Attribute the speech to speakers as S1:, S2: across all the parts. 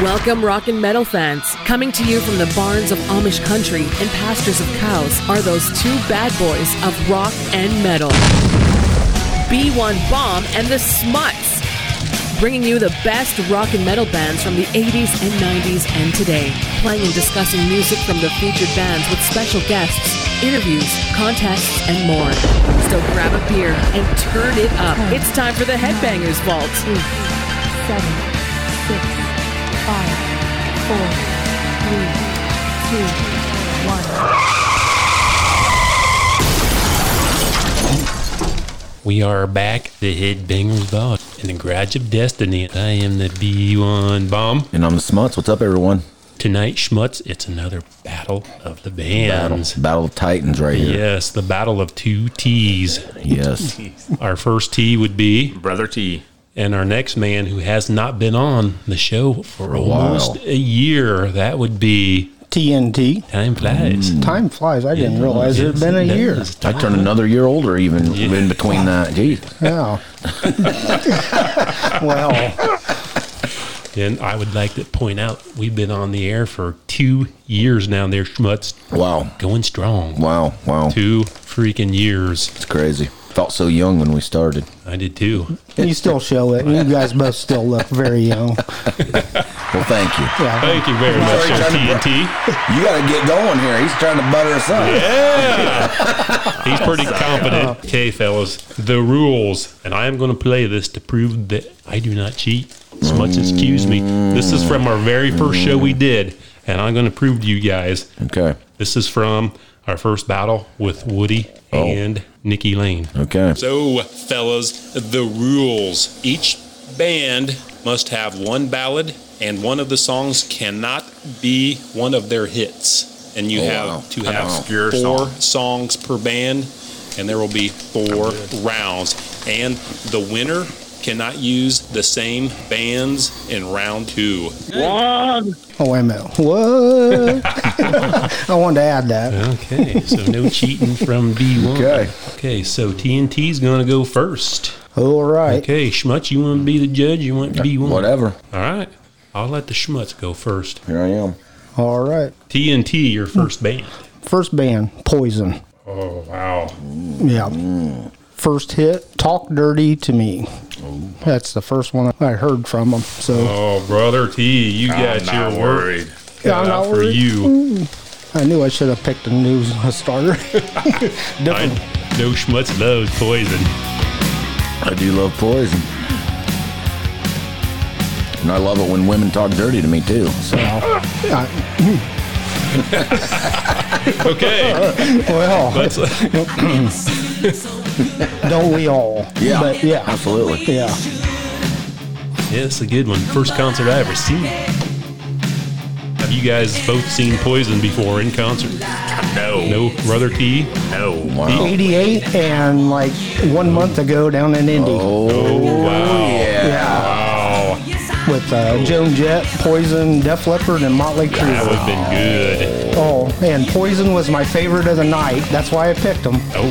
S1: Welcome, rock and metal fans. Coming to you from the barns of Amish country and pastures of cows are those two bad boys of rock and metal B1 Bomb and the Smuts. Bringing you the best rock and metal bands from the 80s and 90s and today. Playing and discussing music from the featured bands with special guests, interviews, contests, and more. So grab a beer and turn it up. It's time for the Headbangers Vault.
S2: eight, seven, six, five, four, three, two, one.
S3: We are back, the Headbangers Ball, in the Garage of Destiny. I am the B1 Bomb.
S4: And I'm the Smuts. What's up, everyone?
S3: Tonight, Schmutz, it's another battle of the
S4: Battle,
S3: bands.
S4: Battle of Titans right here.
S3: Yes, the battle of two T's.
S4: Yes.
S3: Our first T would be,
S5: Brother T.
S3: and our next man who has not been on the show for,
S4: a
S3: almost
S4: while.
S3: a year, that would be
S6: TNT.
S3: Time Flies.
S6: Time flies. I Mm. didn't realize it had been a
S3: That
S6: year.
S3: is
S4: I
S3: time.
S4: turned another year older even
S3: Yeah.
S4: in between that. Geez.
S6: Yeah. well,
S3: And I would like to point out we've been on the air for two years now, there, Schmutz.
S4: Wow.
S3: Going strong.
S4: Wow. Wow.
S3: Two freaking years.
S4: It's crazy. Felt so young when we started.
S3: I did too.
S6: you still show it. You guys both still look very young.
S4: Well, thank you.
S6: Yeah.
S3: Thank you very much,
S4: Sorry,
S3: sir,
S4: Johnny.
S3: TNT.
S4: You got to get going here. He's trying to butter us up.
S3: He's pretty confident. Okay, fellas, the rules, and I am going to play this to prove that I do not cheat. As much as excuse me. This is from our very first show we did, and I'm going to prove to you guys.
S4: Okay.
S3: This is from our first battle with Woody
S4: Oh.
S3: and Nikki Lane.
S4: Okay.
S3: So, fellas, the rules. Each band must have one ballad, and one of the songs cannot be one of their hits. And you
S4: Oh,
S3: have
S4: wow.
S3: to
S4: An
S3: have
S4: obscure
S3: four
S4: song.
S3: songs per band, and there will be four rounds. And the winner cannot use the same bands in round two.
S6: Oh, wait a minute. What? I wanted to add that.
S3: Okay, so no cheating from B1.
S4: Okay.
S3: Okay, so TNT's going to go first.
S6: All right.
S3: Okay, Schmutz, you want to be the judge? You want to be one?
S4: Whatever.
S3: All right. I'll let the schmutz go first.
S4: Here I am.
S6: All right.
S3: TNT, your first band.
S6: First band, Poison.
S3: Oh, wow.
S6: Yeah. First hit, Talk Dirty to Me. That's the first one I heard from them. So
S3: Oh, brother T, you got your work
S6: Yeah, I'm
S3: cut out
S6: not
S3: for
S6: worried.
S3: you.
S6: I knew I should have picked a new a starter.
S3: I
S6: Different.
S3: know schmutz loves poison.
S4: I do love poison. And I love it when women talk dirty to me, too. So,
S6: Well, I-
S3: Okay,
S6: well,
S3: let's let's
S6: don't we all?
S4: yeah.
S6: But yeah.
S4: Absolutely.
S6: Yeah.
S3: yeah, it's a good one. First concert I ever seen. Have you guys both seen Poison before in concert? No. No, brother T. No.
S4: Wow.
S6: 88 and like one month ago down in Indy
S3: Oh, wow.
S4: Yeah.
S3: Wow.
S6: with uh, Joan Jett, Poison, Def Leppard, and Motley Crue.
S3: That would have been good.
S6: Oh, and Poison was my favorite of the night. That's why I picked them.
S3: Oh,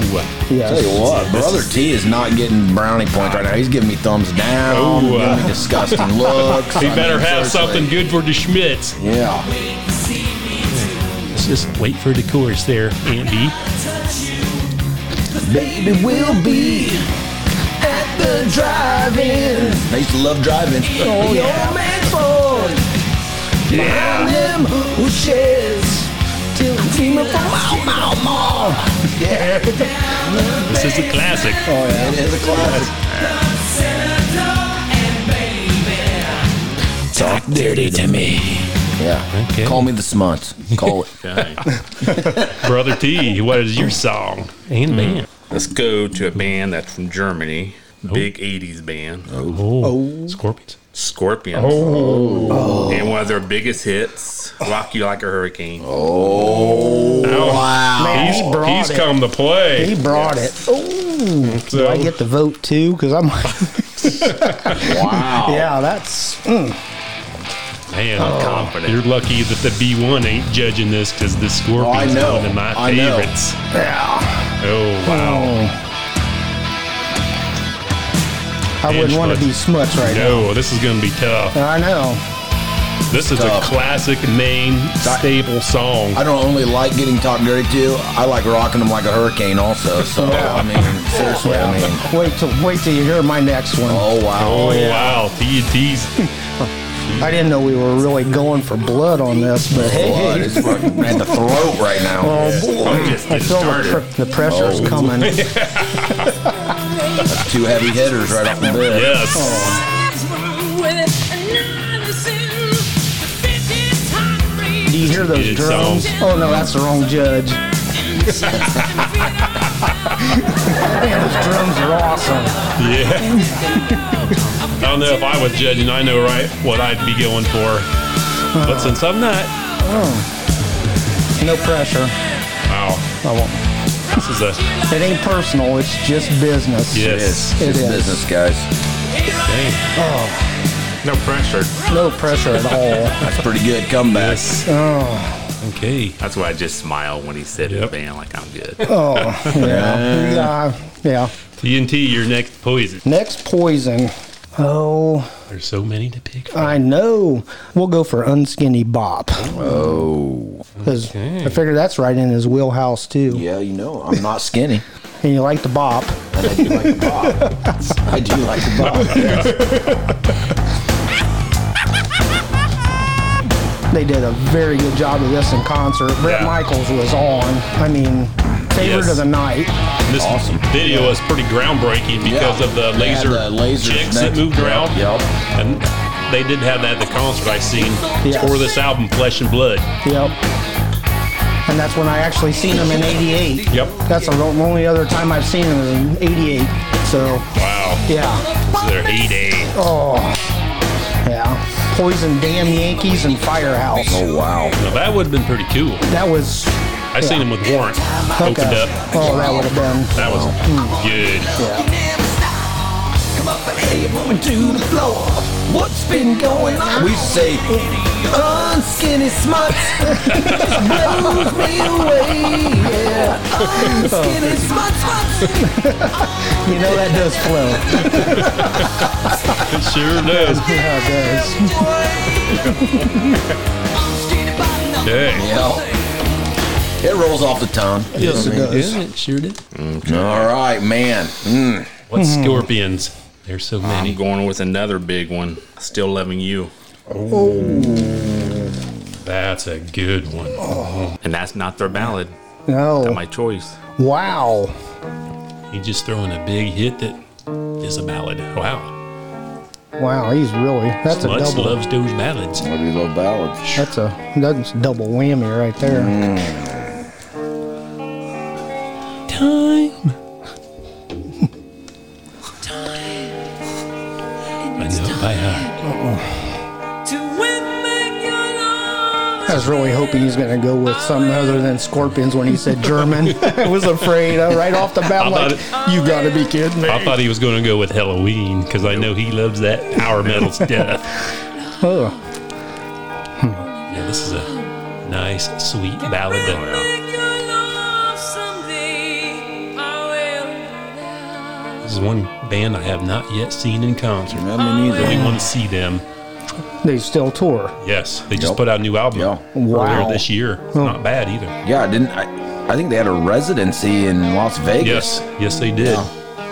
S6: Yeah.
S4: Tell you what, brother T is not getting brownie points right now. He's giving me thumbs down,
S3: Oh, uh,
S4: giving me disgusting looks.
S3: he
S4: I
S3: better
S4: mean,
S3: have
S4: seriously.
S3: something good for the schmutz.
S4: Yeah.
S3: Let's just wait for the chorus there, Aunt B.
S4: Baby, we'll be at the drive-in. I used to love driving. Oh, yeah. Yeah.
S3: This is a classic.
S4: It is a classic.
S3: Talk dirty to me.
S4: Yeah.
S3: Okay.
S4: Call me the smuts. Call it.
S3: Brother T, what is your song? Hmm. And man.
S5: Let's go to a band that's from Germany. Big 80s band.
S3: Oh. Scorpions.
S5: Scorpions. Oh. And one of their biggest hits, Rock You Like a Hurricane.
S4: Oh,
S3: wow.
S6: Man, he brought
S3: he's
S6: it.
S3: he's come to play.
S6: He brought it. Oh, do I get the vote too? Because I'm,
S4: Wow.
S6: yeah, that's mm,
S3: Man, I'm confident. You're lucky that the B1 ain't judging this because the
S4: Oh, I
S3: Scorpions
S4: know.
S3: are one of my
S4: I know.
S3: favorites.
S4: Yeah.
S3: Oh, wow.
S6: I wouldn't want to be smuts right
S3: No, this is going to be tough.
S6: now. I know.
S3: This is
S4: Tough.
S3: a classic main staple song.
S4: I don't only like getting talked dirty to. I like rocking them like a hurricane also. So I mean, seriously, I mean,
S6: Wait till wait till you hear my next one.
S4: oh wow.
S3: Oh, wow. TNT's.
S6: I didn't know we were really going for blood on this, but hey,
S4: Blood
S6: hey.
S4: is fucking at the throat right now.
S3: Oh,
S5: I'm just
S6: I
S5: getting
S6: feel
S5: started.
S6: the, pr- the pressure's
S4: Oh.
S6: coming.
S4: Two heavy hitters right off the bat.
S3: Yes.
S6: Do you hear those
S3: It
S6: drums?
S3: sounds-
S6: Oh no, that's the wrong judge. Man, those drums are awesome.
S3: Yeah. I don't know if I was judging. I know right what I'd be going for. But since I'm not,
S6: No pressure.
S3: wow,
S6: I won't.
S3: this is a
S6: It ain't personal. It's just business.
S3: yes.
S4: It's
S6: It is.
S4: business, guys.
S3: Dang.
S5: No pressure.
S6: No pressure at all.
S4: That's pretty good comeback.
S6: Oh,
S3: Okay.
S5: That's why I just smile when he said
S3: Yep.
S5: it, man. Like I'm good.
S6: oh, yeah, yeah, yeah.
S3: TNT, your next poison.
S6: Next poison. Oh,
S3: There's so many to pick. from.
S6: I know. We'll go for unskinny bop. Oh, because I figure that's right in his wheelhouse too.
S4: Yeah, you know, I'm not skinny.
S6: And you like the bop.
S4: And I do like the bob. I do like the bob.
S6: They did a very good job of this in concert. Brett
S3: Yeah.
S6: Michaels was on. I mean, favorite
S3: Yes.
S6: of the night.
S3: This video is pretty groundbreaking because
S4: Yeah.
S3: of the
S4: They had
S3: laser
S4: the lasers
S3: chicks
S4: next-
S3: that moved around.
S4: Yep.
S3: And they did have that at the concert I seen
S6: Yes.
S3: for this album, Flesh and Blood.
S6: Yep. And that's when I actually seen him in '88.
S3: Yep.
S6: That's the only other time I've seen him is in '88. So
S3: Wow.
S6: yeah,
S3: This is their heyday.
S6: yeah. Poison, Damn Yankees, and Firehouse.
S4: Oh wow.
S3: Now that would have been pretty cool.
S6: That was
S3: I seen them with Warrant. Opened
S6: okay.
S3: up.
S6: Oh, that would have been.
S3: That was good.
S4: to the floor. What's been going on? We say unskinny smuts blows me away. Yeah, unskinny smuts.
S6: You know that does flow.
S3: It sure does.
S6: Yeah, it does.
S3: Dang.
S4: It rolls off the tongue.
S6: Yes, it does.
S3: it sure did.
S4: All right, man. Mm.
S3: What's
S6: Hmm.
S3: Scorpions? There's so
S5: I'm
S3: many.
S5: going with another big one. Still loving you,
S3: That's a good one.
S5: and that's not their ballad. Not
S6: No.
S5: my choice.
S6: Oh, Wow.
S3: He's just throwing a big hit that is a ballad. Wow.
S6: Wow. He's really. That's a
S3: Mutz
S6: double.
S3: loves those ballads.
S4: What do you love ballads?
S6: That's a that's a double whammy right there.
S3: Time. I know by heart.
S6: I was really hoping he's going to go with something other than scorpions when he said German. I was afraid uh, right off the bat,
S3: I
S6: I'm
S3: thought
S6: like, you got to be kidding me.
S3: I thought he was going to go with Halloween because I know he loves that power metal stuff.
S6: Oh,
S3: Yeah, this is a nice, sweet ballad. that- This is one band I have not yet seen in concert.
S4: Not me
S3: Really
S4: neither.
S3: want to see them.
S6: they still tour.
S3: Yes, they just
S4: Yep.
S3: put out a new album
S4: Yeah.
S6: Wow.
S3: earlier this year. Not bad either.
S4: Yeah, I didn't. I, I think they had a residency in Las Vegas.
S3: Yes, yes, they did.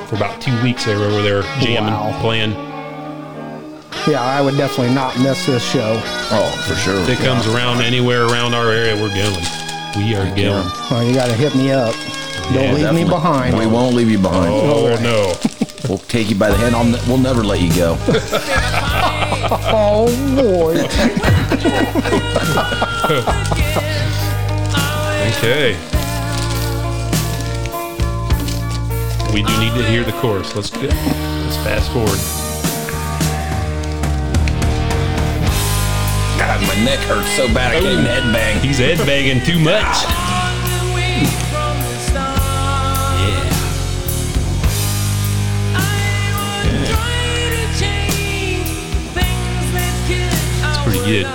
S3: For about two weeks, they were over there jamming,
S6: Wow.
S3: playing.
S6: Yeah, I would definitely not miss this show.
S4: Oh, for sure.
S3: If it comes around anywhere around our area, we're going. We are going.
S6: Well, you got to hit me up. Don't leave
S4: Definitely.
S6: me behind.
S4: We won't leave you behind.
S3: Oh no!
S4: We'll take you by the hand. I'll ne- we'll never let you go.
S6: Oh, boy.
S3: Okay. We do need to hear the chorus. Let's get. Let's fast forward.
S4: God, my neck hurts so bad I can't even headbang.
S3: He's headbanging too much. Yeah. Pretty good.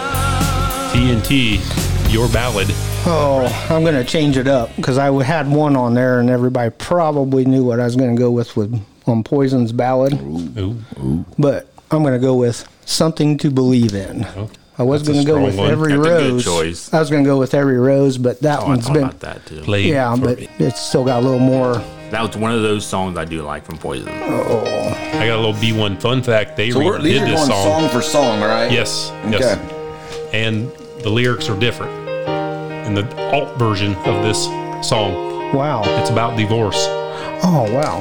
S3: TNT, your ballad.
S6: Oh, I'm going to change it up because I had one on there and everybody probably knew what I was going to go with, with on Poison's Ballad.
S3: Ooh.
S6: But I'm going to go with Something to Believe in.
S3: Oh.
S6: I was
S3: That's a
S6: going to go
S3: strong
S6: with
S3: one.
S6: every
S5: That's a good
S6: rose.
S5: choice.
S6: I was going to go with every rose, but that
S5: Oh, I
S6: one's
S5: thought
S6: been
S5: about that too.
S3: Played
S6: yeah,
S3: for
S6: but
S3: me.
S6: it's still got a little more.
S5: That was one of those songs I do like from Poison.
S3: I got a little B1 fun fact. They
S4: So we're,
S3: redid
S4: these are
S3: this
S4: going
S3: song.
S4: song. for song, right?
S3: Yes.
S4: Okay.
S3: Yes. And the lyrics are different. In the alt version of this song,
S6: Wow.
S3: it's about divorce.
S6: Oh wow.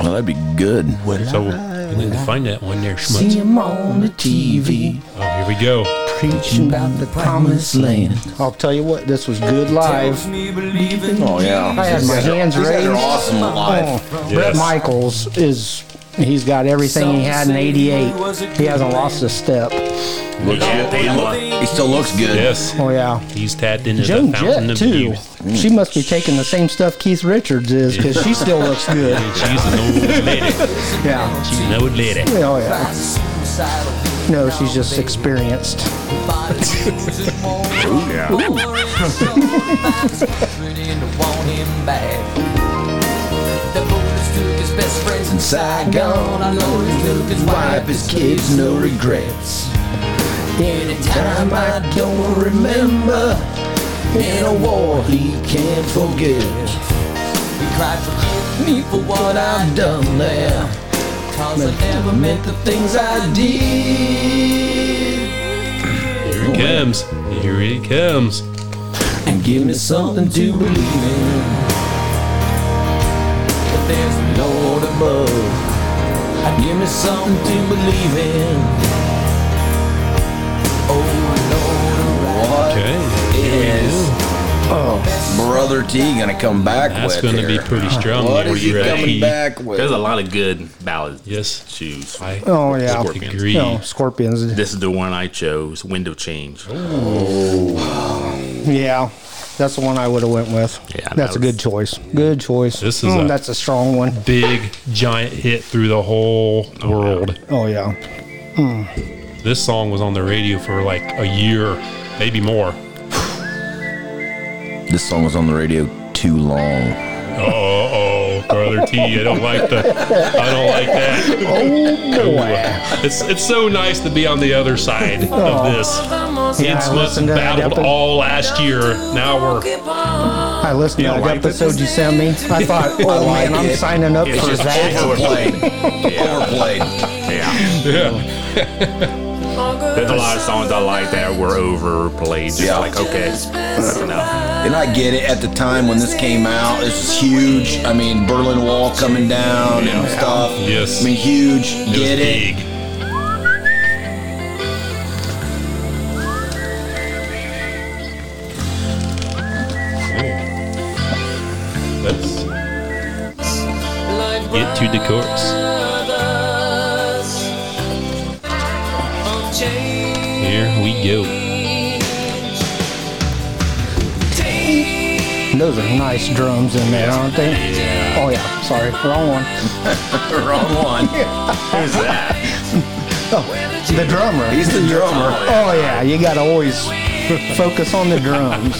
S4: Well, that'd be good.
S3: So you need to find that one there, Schmutz.
S4: him on the TV
S3: Oh, here we go.
S4: preaching about the promised land.
S6: I'll tell you what, this was good live.
S4: Oh yeah,
S6: I had my hands
S4: These guys are
S6: raised.
S4: awesome live.
S6: Oh, Brett
S3: Yes.
S6: Michaels is. He's got everything he had in '88. He hasn't lost a step.
S4: Looks
S5: Yeah,
S4: good.
S5: damn
S4: He look- he still looks good.
S3: Yes.
S6: Oh yeah.
S3: He's tapped into
S6: Joan
S3: the fountain
S6: Jett
S3: of
S6: too.
S3: youth.
S6: She must be taking the same stuff Keith Richards is because she still looks good.
S3: And she's an old lady.
S6: Yeah.
S3: She's an old lady.
S6: Oh yeah. No, she's just experienced.
S4: Inside gone, I know he took his wife, his kids, no regrets. Anytime I don't remember, in a war he can't forget.
S7: He cried, forgive me for what
S4: What I've done there,
S7: cause I never
S4: meant the things I did.
S3: Here it comes. Here it comes.
S4: And give me something to believe in.
S7: meant there's
S4: the Lord above, give me something to believe in. Oh Lord, what
S3: Okay.
S4: is Brother T gonna come back
S3: That's
S4: with?
S3: going to
S4: here?
S3: be pretty strong.
S4: What
S3: Were
S4: is he
S3: you ready?
S4: coming back
S5: There's
S4: with?
S5: a lot of good ballads.
S3: Yes.
S5: to choose.
S3: I
S6: Oh yeah.
S5: Scorpions.
S3: agree.
S6: No, scorpions.
S5: This is the one I chose. Wind of Change.
S6: Yeah, that's the one I would have went with.
S5: Yeah, that
S6: that's a
S5: was-
S6: good choice. Good choice.
S3: This is
S6: Mm,
S3: a-
S6: that's a strong one.
S3: Big, giant hit through the whole world.
S6: Oh yeah.
S3: This song was on the radio for like a year, maybe more.
S4: This song was on the radio too long.
S3: Oh, brother T, I don't like the, I don't like that. Oh boy, it's it's so nice to be on the other side
S6: Oh.
S3: of this.
S6: Yeah,
S3: It's must
S6: I listened to that
S3: battled
S6: epi-
S3: all last year. Now we're
S6: I listened to
S5: You
S6: that
S5: don't like this?
S6: episode you sent me. I thought, oh
S4: like
S6: man, I'm
S4: it.
S6: signing up
S5: It's
S6: for
S5: just
S6: that.
S4: Overplayed. Overplayed.
S5: Yeah.
S3: yeah.
S5: There's a lot of songs I like that were overplayed. Just
S4: Yeah.
S5: like, okay, that's enough.
S4: And I get it. At the time when this came out, this was huge. I mean, Berlin Wall coming down and stuff.
S3: Yes.
S4: I mean, huge. Get it.
S3: big. Let's get to the chorus. Here we go.
S6: Those are nice drums in there, aren't they? Oh yeah. Sorry, wrong one.
S4: Wrong one.
S5: Who's that?
S6: Oh, the drummer.
S4: He's the drummer.
S6: Oh yeah, you gotta always focus on the drums.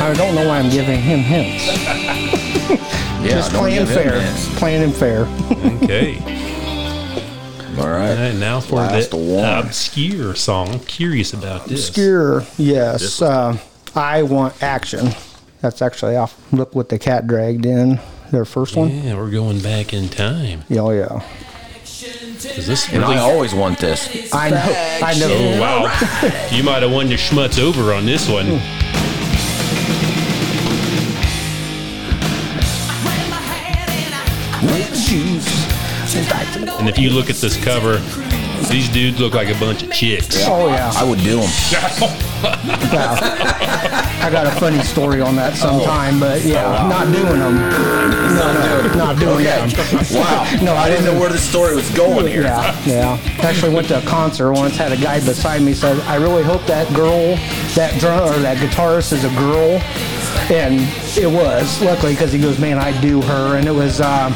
S6: I don't know why I'm giving him hints.
S4: Yeah,
S6: Just
S4: don't
S6: playing
S4: give him
S6: fair.
S4: this.
S6: Playing him fair.
S3: Okay.
S4: All right.
S3: All right, now for
S4: Last
S3: the
S4: one.
S3: obscure song. I'm curious about this.
S6: Obscure, yes. Uh, I want action. That's actually off. Look what the cat dragged in. Their first one.
S3: Yeah, we're going back in time.
S6: Yeah, oh, yeah.
S3: Is this
S4: And
S3: really?
S4: I always want this.
S6: I know. I know.
S3: Oh wow! you might have won your schmutz over on this one. And if you look at this cover, these dudes look like a bunch of chicks.
S6: Oh yeah.
S4: I would do them.
S6: Wow. I got a funny story on that
S3: Oh.
S6: sometime, but yeah, not doing them. Not doing
S4: Okay. Wow. No, I didn't know where the story was going here.
S6: Yeah, yeah. Actually, went to a concert once. Had a guy beside me said, "I really hope that girl, that drum or that guitarist is a girl," and it was luckily because he goes, "Man, I do her," and it was um,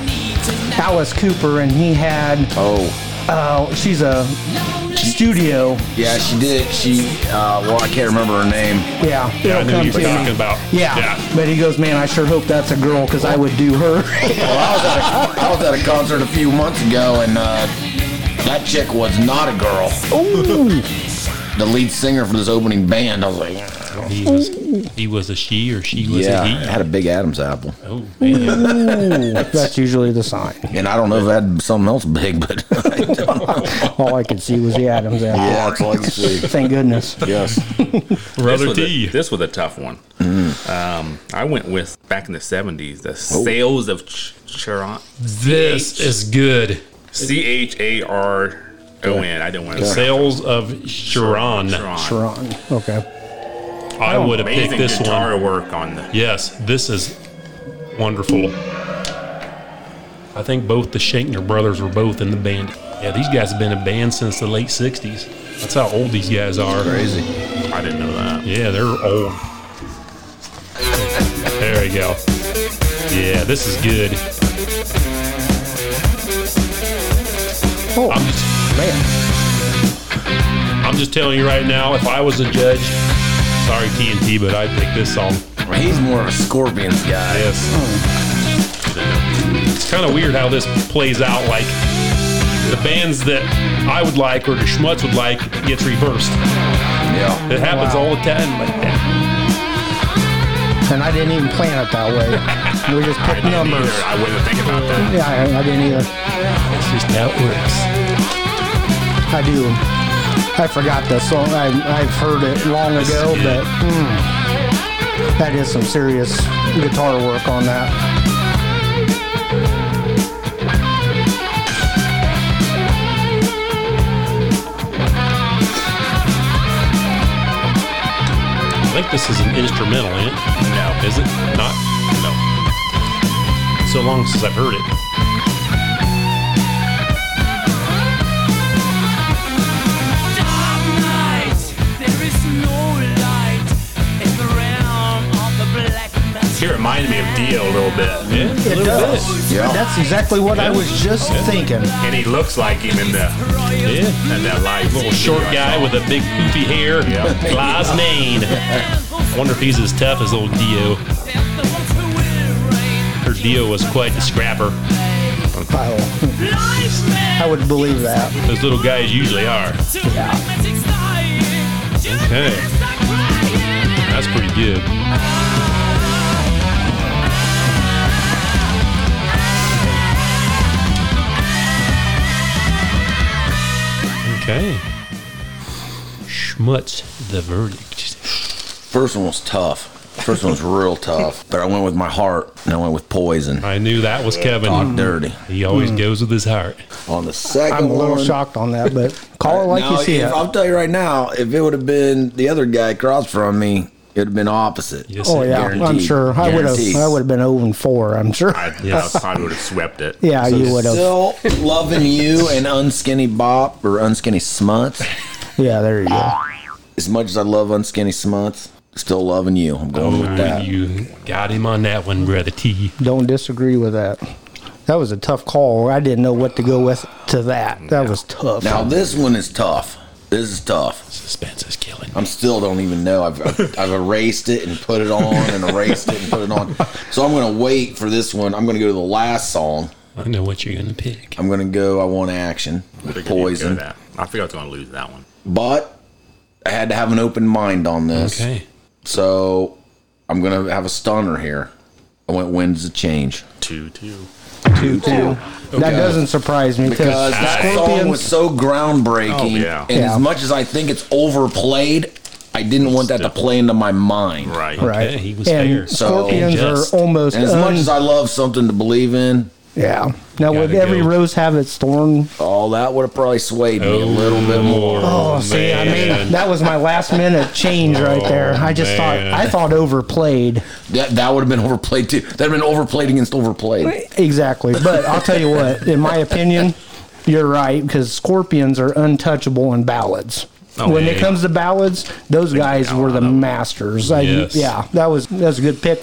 S6: Alice Cooper, and he had
S4: Oh,
S6: uh, she's a studio.
S4: yeah, she did. She, uh, well, I can't remember her name.
S6: Yeah,
S3: Yeah, I
S6: it'll
S3: know
S6: come
S3: you're
S6: to me.
S3: talking about.
S6: Yeah. but he goes, man, I sure hope that's a girl because I would do her.
S4: Well, I was at a, I was at a concert a few months ago, and uh, that chick was not a girl.
S6: Ooh.
S4: the lead singer from this opening band. I was like,
S3: He was, he was a she or she was
S4: yeah,
S3: a
S4: I
S3: he.
S4: had a big Adam's apple,
S3: oh, man.
S6: That's usually the sign.
S4: and I don't know if I had something else big, but I don't.
S6: All I could see was the Adams apple.
S4: yeah, it's like see.
S6: Thank goodness.
S4: Yes,
S3: Brother
S5: was
S3: T.
S5: A, this was a tough one. Um, I went with back in the seventies. The
S4: Oh.
S5: sales of ch- Charon,
S3: This is good.
S5: C H A R O N. I didn't want to say
S3: Sales of Sharon.
S5: Charon.
S6: Sharon. Okay.
S3: I would have picked
S5: Amazing
S3: this
S5: guitar
S3: one.
S5: work on the.
S3: Yes, this is wonderful. I think both the Shankner brothers were both in the band. Yeah, these guys have been in band since the late 60s. That's how old these guys are.
S4: crazy.
S5: I didn't know that.
S3: Yeah, they're old. There we go. Yeah, this is good.
S6: Oh,
S3: I'm just
S6: man.
S3: I'm just telling you right now, if I was a judge, sorry TNT, but I'd pick this song.
S4: He's more of a Scorpions guy.
S3: Yes. It's kind of weird how this plays out. Like the bands that I would like or the schmutz would like gets reversed.
S4: Yeah,
S3: It happens all the time. Like that.
S6: And I didn't even plan it that way. We just picked numbers.
S5: Either. I wouldn't think about that.
S6: Yeah, I, I didn't either.
S3: It's just how it works.
S6: I do. I forgot the song. I, I've heard it long
S3: This is
S6: ago,
S3: good.
S6: but mm, that is some serious guitar work on that.
S3: I think this is an instrumental, ain't it? No, is it not? No. So long since I've heard it.
S8: Dark night, there is no light in the realm of the black magic.
S5: He reminded me of Dio a little bit,
S3: Yeah, a
S6: It
S3: little
S6: does.
S4: yeah.
S6: That's exactly what I
S3: Yeah.
S6: was just thinking.
S5: and he looks like him in the
S3: bit. Yeah.
S5: in that live
S3: Little short guy with a big poofy hair,
S5: Yeah.
S3: flies mane. Wonder if he's as tough as old
S8: The
S3: Dio.
S8: ones who will reign.
S3: Her Dio was quite the scrapper.
S6: I,
S8: Life man,
S6: I would believe that.
S3: Those little guys usually are.
S8: to black magic's dying.
S3: Okay. That's pretty good. Okay. Schmutz, the verdict.
S4: First one was tough. First one was real tough, but I went with my heart, and I went with Poison.
S3: I knew that was
S4: Talk
S3: Kevin.
S4: dirty.
S3: He always
S4: Hmm.
S3: goes with his heart.
S4: On the 2nd
S6: Mm-hmm. I'm a little
S4: one,
S6: shocked on that, but call it like
S4: now,
S6: you see
S4: if-
S6: it.
S4: I'll tell you right now, if it would have been the other guy across from me, it'd have been opposite.
S3: Yes,
S6: Oh yeah, I'm
S4: Guaranteed.
S6: sure. I would have.
S4: Guaranteed.
S6: I would have been 0 and 4. I'm sure.
S5: I,
S3: Yes.
S5: I probably would have swept it.
S6: Yeah, you would have.
S4: Still loving you and unskinny Bop or unskinny Smuts.
S6: Yeah, there you go.
S4: As much as I love unskinny Smuts, still loving you. I'm going with
S3: Oh,
S4: that.
S3: you got him on that one, brother T.
S6: Don't disagree with that. That was a tough call. I didn't know what to go with to that. That was tough.
S4: Now this one is tough. This is tough.
S3: Suspense is killing. me.
S4: I'm still don't even know. I've I've, I've erased it and put it on and erased it and put it on. So I'm gonna wait for this one. I'm gonna go to the last song.
S3: I know what you're gonna pick.
S4: I'm gonna go. I want action
S5: I
S4: with
S5: figured he'd go
S4: poison,
S5: That. I figured I was going to lose that one.
S4: but I had to have an open mind on this.
S3: Okay.
S4: So I'm gonna have a stunner here. I went winds of change
S5: Two, two.
S6: two two. That doesn't surprise me
S4: because that song was so groundbreaking.
S5: Oh, yeah.
S4: And
S6: Yeah.
S4: as much as I think it's overplayed, I didn't want that to play into my mind.
S5: Right.
S6: right.
S3: Okay, he was
S6: and
S3: fair.
S4: So-
S6: scorpions
S3: Just.
S6: are almost
S4: And as much
S6: un-
S4: as I love something to believe in,
S6: yeah. Now would
S3: Gotta
S6: every
S3: go.
S6: rose have its thorn?
S4: all Oh, that would have probably swayed me a little bit more.
S6: Oh, see, I mean, that was my last minute change right there. I just
S3: Oh, man.
S6: thought I thought overplayed
S4: That, that would have been overplayed too. That'd have been overplayed against overplayed.
S6: exactly. But I'll tell you what, in my opinion, you're right because scorpions are untouchable in ballads.
S5: Oh,
S6: when it
S5: yeah.
S6: comes to ballads, those guys were the masters. I,
S3: Yes.
S6: Yeah, that was that's a good pick.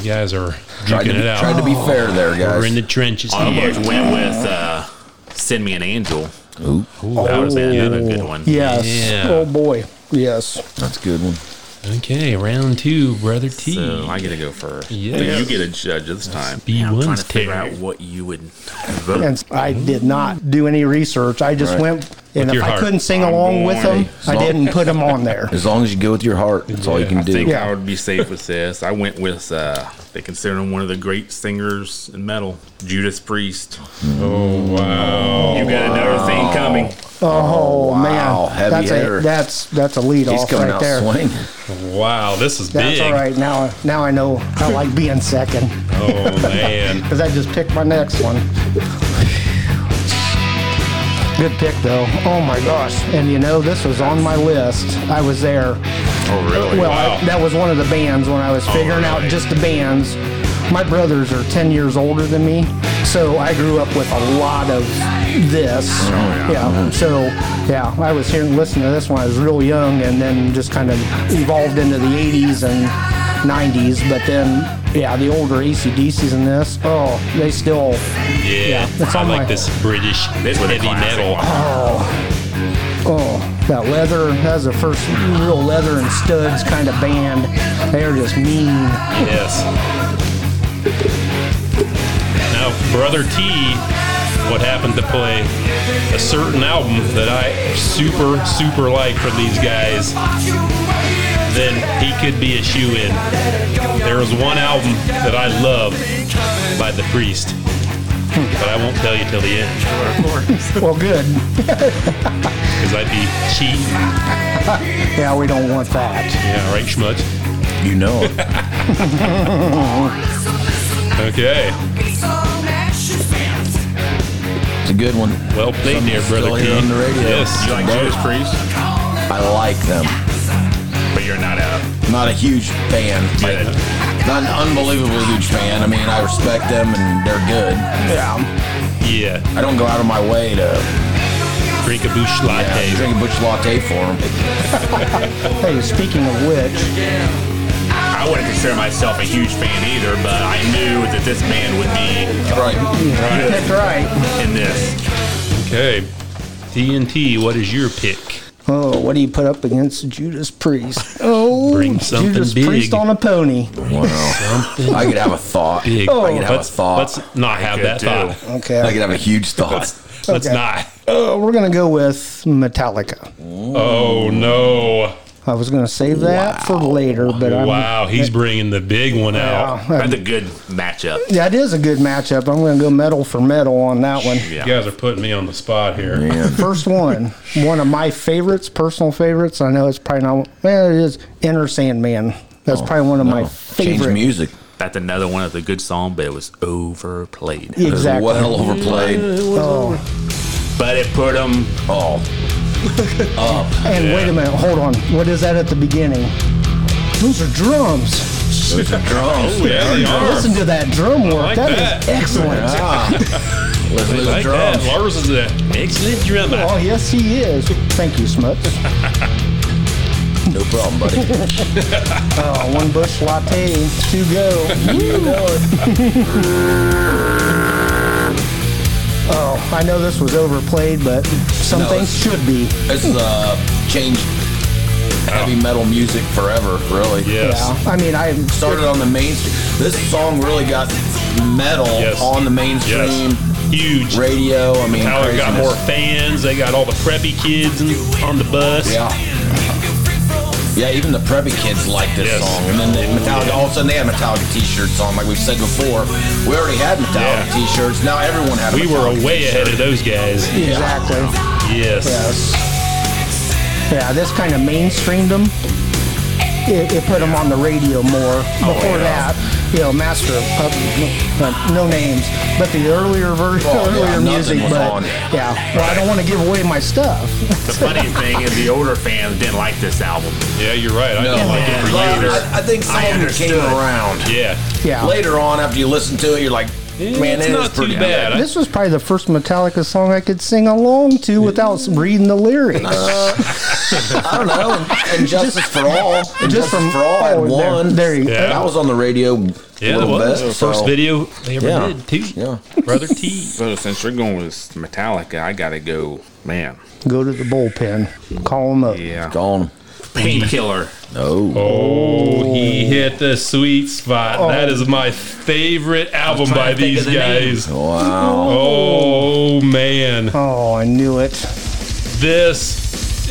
S3: you guys are
S4: Tried to,
S3: drinking
S4: be,
S3: it out. Oh.
S4: tried to be Oh, fair there,
S3: We're in
S4: guys.
S3: the trenches.
S5: I almost
S3: here.
S5: went with uh, Send Me an Angel.
S4: Oh,
S3: Oh.
S5: That was another good one.
S6: Yes.
S3: Yeah.
S6: Oh boy. Yes.
S4: That's a good one.
S3: Okay, round two, brother T.
S5: So I get to go first.
S3: Yes.
S5: But you get a judge this time.
S3: B
S5: I'm trying
S3: one's
S5: to figure
S3: Terry.
S5: out what you would vote.
S6: And uh, I did not do any research. I just
S4: Right.
S6: went, and
S3: your
S6: if I
S3: heart.
S6: couldn't sing
S5: I'm
S6: along with
S5: going
S6: them, I didn't put them on there.
S4: As long as you go with your heart, that's all you can
S5: I
S4: do.
S5: think
S6: Yeah.
S5: I would be safe with this. I went with uh, they consider him one of the great singers in metal, Judas Priest. Oh wow! You got another thing coming.
S6: Oh,
S4: wow.
S6: man,
S4: Heavy
S6: that's
S4: hitter.
S6: a that's that's a lead
S4: He's
S6: off
S4: coming
S6: right
S4: out
S6: there.
S4: swinging.
S3: Wow, this is
S6: That's
S3: big.
S6: all right. Now now I know I like being second
S3: Oh man,
S6: because I just picked my next one. Good pick though. Oh my gosh! And you know this was on my list. I was there.
S5: Oh really?
S6: Well,
S3: Wow.
S6: I, that was one of the bands when I was figuring out
S3: right.
S6: just the bands. My brothers are 10 years older than me, so I grew up with a lot of this. yeah. So, yeah, I was hearing, listening to this when I was real young and then just kind of evolved into the 80s and 90s. But then, yeah, the older ACDCs in this, oh, they still,
S3: yeah,
S6: that's
S3: I
S6: on
S3: like
S6: my-
S3: this British
S5: This was a
S3: heavy
S5: classic.
S3: metal.
S6: oh, that leather, that was the first real leather and studs kind of band. They are just mean.
S3: Yes. Now, Brother T would happen to play a certain album that I super, super like from these guys. Then he could be a shoe in. There was one album that I love by The Priest, but I won't tell you till the end
S6: Well, good.
S3: because I'd be cheating.
S6: Yeah, we don't want that.
S3: Yeah, right, Schmutz?
S4: You know it.
S3: Okay.
S4: It's a good one.
S3: Well played
S4: Something
S3: there,
S4: you
S3: Brother
S4: still
S3: T.
S4: hear on the radio.
S3: Yes.
S5: You like Judas Priest,
S4: I like them.
S5: but you're not a
S4: Not a huge fan.
S5: Yeah.
S4: Like, not an unbelievably huge fan. I mean, I respect them and they're good. Yeah.
S3: Yeah.
S4: I don't go out of my way to
S3: Drink a boosh latte.
S4: yeah, drink a butch latte for them.
S6: Hey, speaking of which,
S5: I wouldn't consider myself a huge fan either, but I knew that this band would be
S4: Right.
S6: that's right.
S5: in this.
S3: Okay. TNT, what is your pick?
S6: Oh, what do you put up against Judas Priest? Oh,
S3: Bring something
S6: Judas
S3: big.
S6: Priest on a pony.
S4: Wow. I could have a thought.
S3: Big.
S4: I could have a
S3: let's,
S4: Oh. thought.
S3: let's not have that
S5: too.
S3: thought.
S6: Okay.
S4: I could have a huge thought.
S3: Let's
S6: Okay.
S3: not.
S6: oh, we're gonna go with Metallica.
S3: Oh, no.
S6: I was gonna save that for later, but I'm.
S3: Wow. He's bringing the big one out.
S6: Yeah,
S5: That's a good matchup.
S6: that is a good matchup. I'm gonna go metal for metal on that one.
S5: Yeah.
S3: You guys are putting me on the spot here.
S6: First one, one of my favorites, personal favorites. I know it's probably not. Well, it is Inner Sandman. That's
S3: Oh,
S6: probably one of my
S4: Change
S6: favorite.
S4: music.
S5: That's another one of the good song, but it was overplayed.
S4: It was
S6: Exactly.
S4: Well overplayed.
S6: Oh.
S5: But it put them.
S4: Oh,
S6: And wait a minute, hold on. What is that at the beginning? Those are drums.
S4: those are drums.
S3: yeah, they are.
S6: Listen to that drum work.
S3: like
S6: that is
S3: that.
S6: excellent.
S4: Ah. Listen to the
S3: Like that.
S4: drums.
S3: Lars is an excellent
S6: Oh
S3: drummer.
S6: yes, he is. Thank you, Smuts.
S4: No problem, buddy.
S6: Oh, one bush latte to go. You know it. oh, I know this was overplayed, but some
S4: No,
S6: things
S4: it's-
S6: should be.
S4: This is uh, changed heavy metal music forever, really.
S3: Yes.
S6: Yeah. I mean, I
S4: Started on the mainstream. This song really got metal
S3: Yes.
S4: on the mainstream
S3: Yes. Huge.
S4: radio. I mean,
S3: Metallica got
S4: craziness.
S3: more fans. They got all the preppy kids in- on the bus.
S4: Yeah. Yeah, even the preppy kids liked this
S3: Yes.
S4: song. And then they, Metallica, all of a sudden they had Metallica t-shirts on. Like we've said before, we already had Metallica
S3: Yeah.
S4: t-shirts. Now everyone had a
S3: We were
S4: Metallica
S3: way
S4: t-shirt.
S3: ahead of those guys.
S6: exactly.
S3: Yes.
S6: Yes. Yeah, this kind of mainstreamed them. It, it put them on the radio more.
S4: Oh,
S6: Before that, you know, Master of Puppets, uh, no names, but the earlier version,
S4: Oh, yeah,
S6: earlier
S4: nothing
S6: music.
S4: was
S6: But
S4: on.
S6: yeah, well, I don't want to give away my stuff.
S5: The funny thing is, the older fans didn't like this album.
S3: Yeah, you're right. I
S4: No,
S3: didn't like it for
S4: I-
S3: years.
S4: I, I think some
S5: I
S4: of them came
S5: understood.
S4: around.
S3: Yeah.
S6: Yeah,
S4: Later on, after you listen to it, you're like, man,
S3: it's
S4: that is
S3: not too
S4: pretty
S3: bad. I-
S6: this was probably the first Metallica song I could sing along to without s- reading the lyrics.
S4: I don't know. And Justice for All. And Justice
S6: from-
S4: for All had
S6: oh, there-
S4: one.
S6: there you go.
S3: Yeah.
S4: That was on the radio
S3: Yeah,
S4: a
S3: the
S4: little
S3: was.
S4: bit.
S3: first
S4: so-
S3: video they ever
S4: Yeah.
S3: did, too.
S4: Yeah.
S3: Brother T.
S5: So since you're going with Metallica, I gotta go. Man,
S6: Go to the bullpen. Call them up.
S5: yeah.
S4: Gone.
S5: Painkiller.
S4: Oh,
S3: Oh, he hit the sweet spot. That is my favorite album
S5: trying
S3: by
S5: to
S3: these
S5: think of the name.
S3: guys.
S4: wow.
S3: Oh man,
S6: Oh, I knew it.
S3: this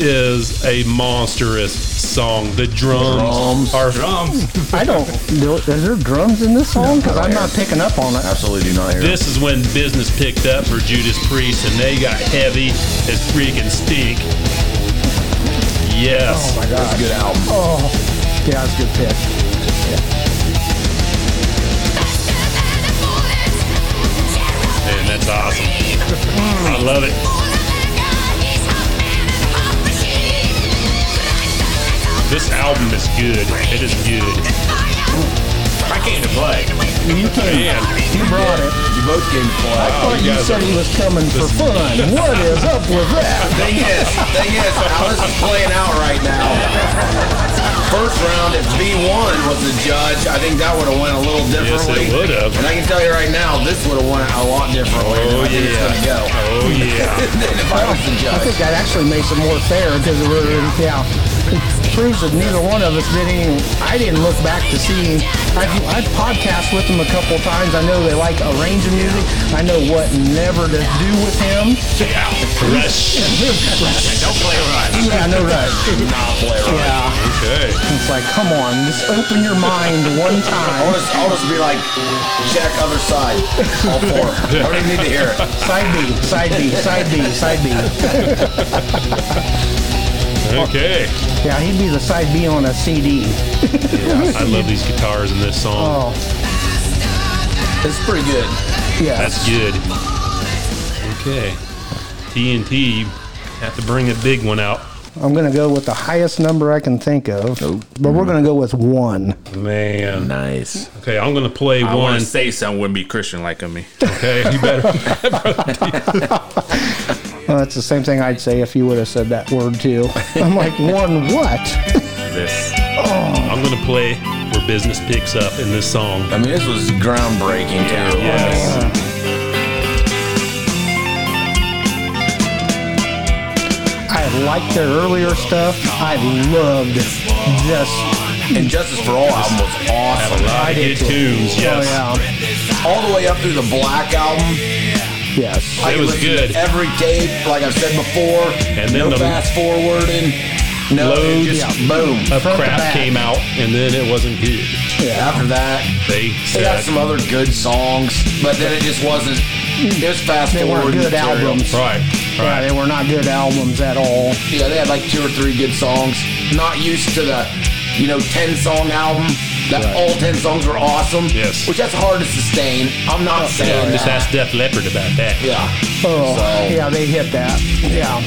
S3: is a monstrous song. The drums,
S4: Drums.
S3: are
S5: Drums.
S6: I don't. do- Is there drums in this song? Because I'm not picking up on it.
S4: Absolutely do not hear
S3: This is when business picked up for Judas Priest, and they got heavy as freaking stink. Yes,
S6: my
S4: That's a
S6: god.
S4: good album.
S6: Oh, yeah, it's a good pick.
S3: man, that's awesome. I love it. This album is good. It is good.
S5: I came to play.
S6: You came.
S3: Man,
S6: You brought it.
S4: You both gave flag.
S6: Oh,
S3: you
S6: you
S3: guys
S6: said
S3: are-
S6: he was coming for fun. What is up with that?
S4: Thing is, thing is, how this is playing out right now. First round, if B1 was the judge, I think that would have went a little
S3: yes,
S4: differently.
S3: it would have.
S4: And I can tell you right now, this would have went a lot differently. than
S3: Oh
S4: I think It's gonna go.
S3: yeah. Oh yeah.
S4: than if I was the
S6: I
S4: judge.
S6: think that actually makes it more fair because it really, yeah, it proves that neither one of us did any. I didn't look back to see. I've, I've podcast with them a couple times. I know they like a range of music. I know what never to do with him.
S3: Oh, Fresh.
S5: Don't play right.
S6: Yeah, I know that.
S4: Nah, play right.
S6: Yeah.
S3: Okay.
S6: It's like, come on, just open your mind one
S4: I'll
S6: time.
S4: just, I'll just be like, check other side. All four. I don't even need to hear it.
S6: Side B, side B, side B, side B.
S3: Okay.
S6: Yeah, he'd be the side B on a CD.
S3: I love these guitars in this song.
S6: Oh,
S4: It's pretty good.
S6: yeah.
S3: That's good. Okay. TNT have to bring a big one out.
S6: I'm going to go with the highest number I can think of, but we're going to go with one.
S3: Man.
S4: Nice.
S3: Okay, I'm gonna play
S5: I
S3: one.
S5: want to say something wouldn't be Christian like of me.
S3: Okay, you better.
S6: Well, that's the same thing I'd say if you would have said that word too. I'm like, one what?
S5: This.
S3: I'm gonna play where business picks up in this song.
S4: I mean, this was groundbreaking, too.
S3: Yes.
S6: I liked their earlier stuff. I loved oh, just,
S4: And Justice for All album was
S3: A
S4: awesome.
S3: lot of good
S6: too.
S3: tunes. Yes.
S6: oh yeah,
S4: All the way up through the Black album.
S6: yes.
S4: I
S3: It
S4: could
S3: was
S4: listen to
S3: good.
S4: Every tape, like I've said before,
S3: And then
S4: no
S3: the-
S4: fast forwarding, no
S3: Loads.
S4: it just boom.
S3: Up
S6: Front to
S3: crap
S6: back.
S3: came out, and then it wasn't good.
S4: After that,
S3: They
S4: they got
S3: said,
S4: some other good songs, but then it just wasn't. It was fast
S6: They weren't
S4: forward.
S6: good albums.
S3: right,
S6: Yeah,
S3: right.
S6: they were not good albums at all.
S4: Yeah, they had like two or three good songs. Not used to the, you know, ten song album. That all ten songs were awesome.
S3: Yes.
S4: Which that's hard to sustain. I'm not saying
S3: Just
S4: that.
S3: ask Def Leppard about that.
S4: Yeah.
S6: Oh,
S4: So-
S6: yeah, they hit that. Yeah.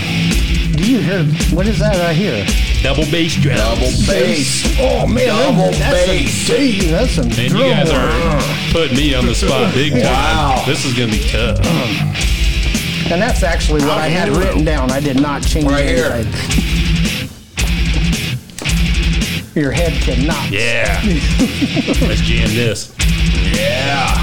S6: Do you hear? What is that I hear?
S3: Double bass drum.
S4: Double bass.
S6: Oh man,
S4: Double
S6: that's a-
S4: bass.
S6: gee, that's some
S3: Man,
S6: drum
S3: you guys
S6: work.
S3: are putting me on the spot big time.
S4: Wow.
S3: This is gonna be tough.
S6: And that's actually what I had written down. I did not change
S4: Right here.
S6: anything. Your head cannot.
S3: Yeah. Let's jam this.
S4: Yeah.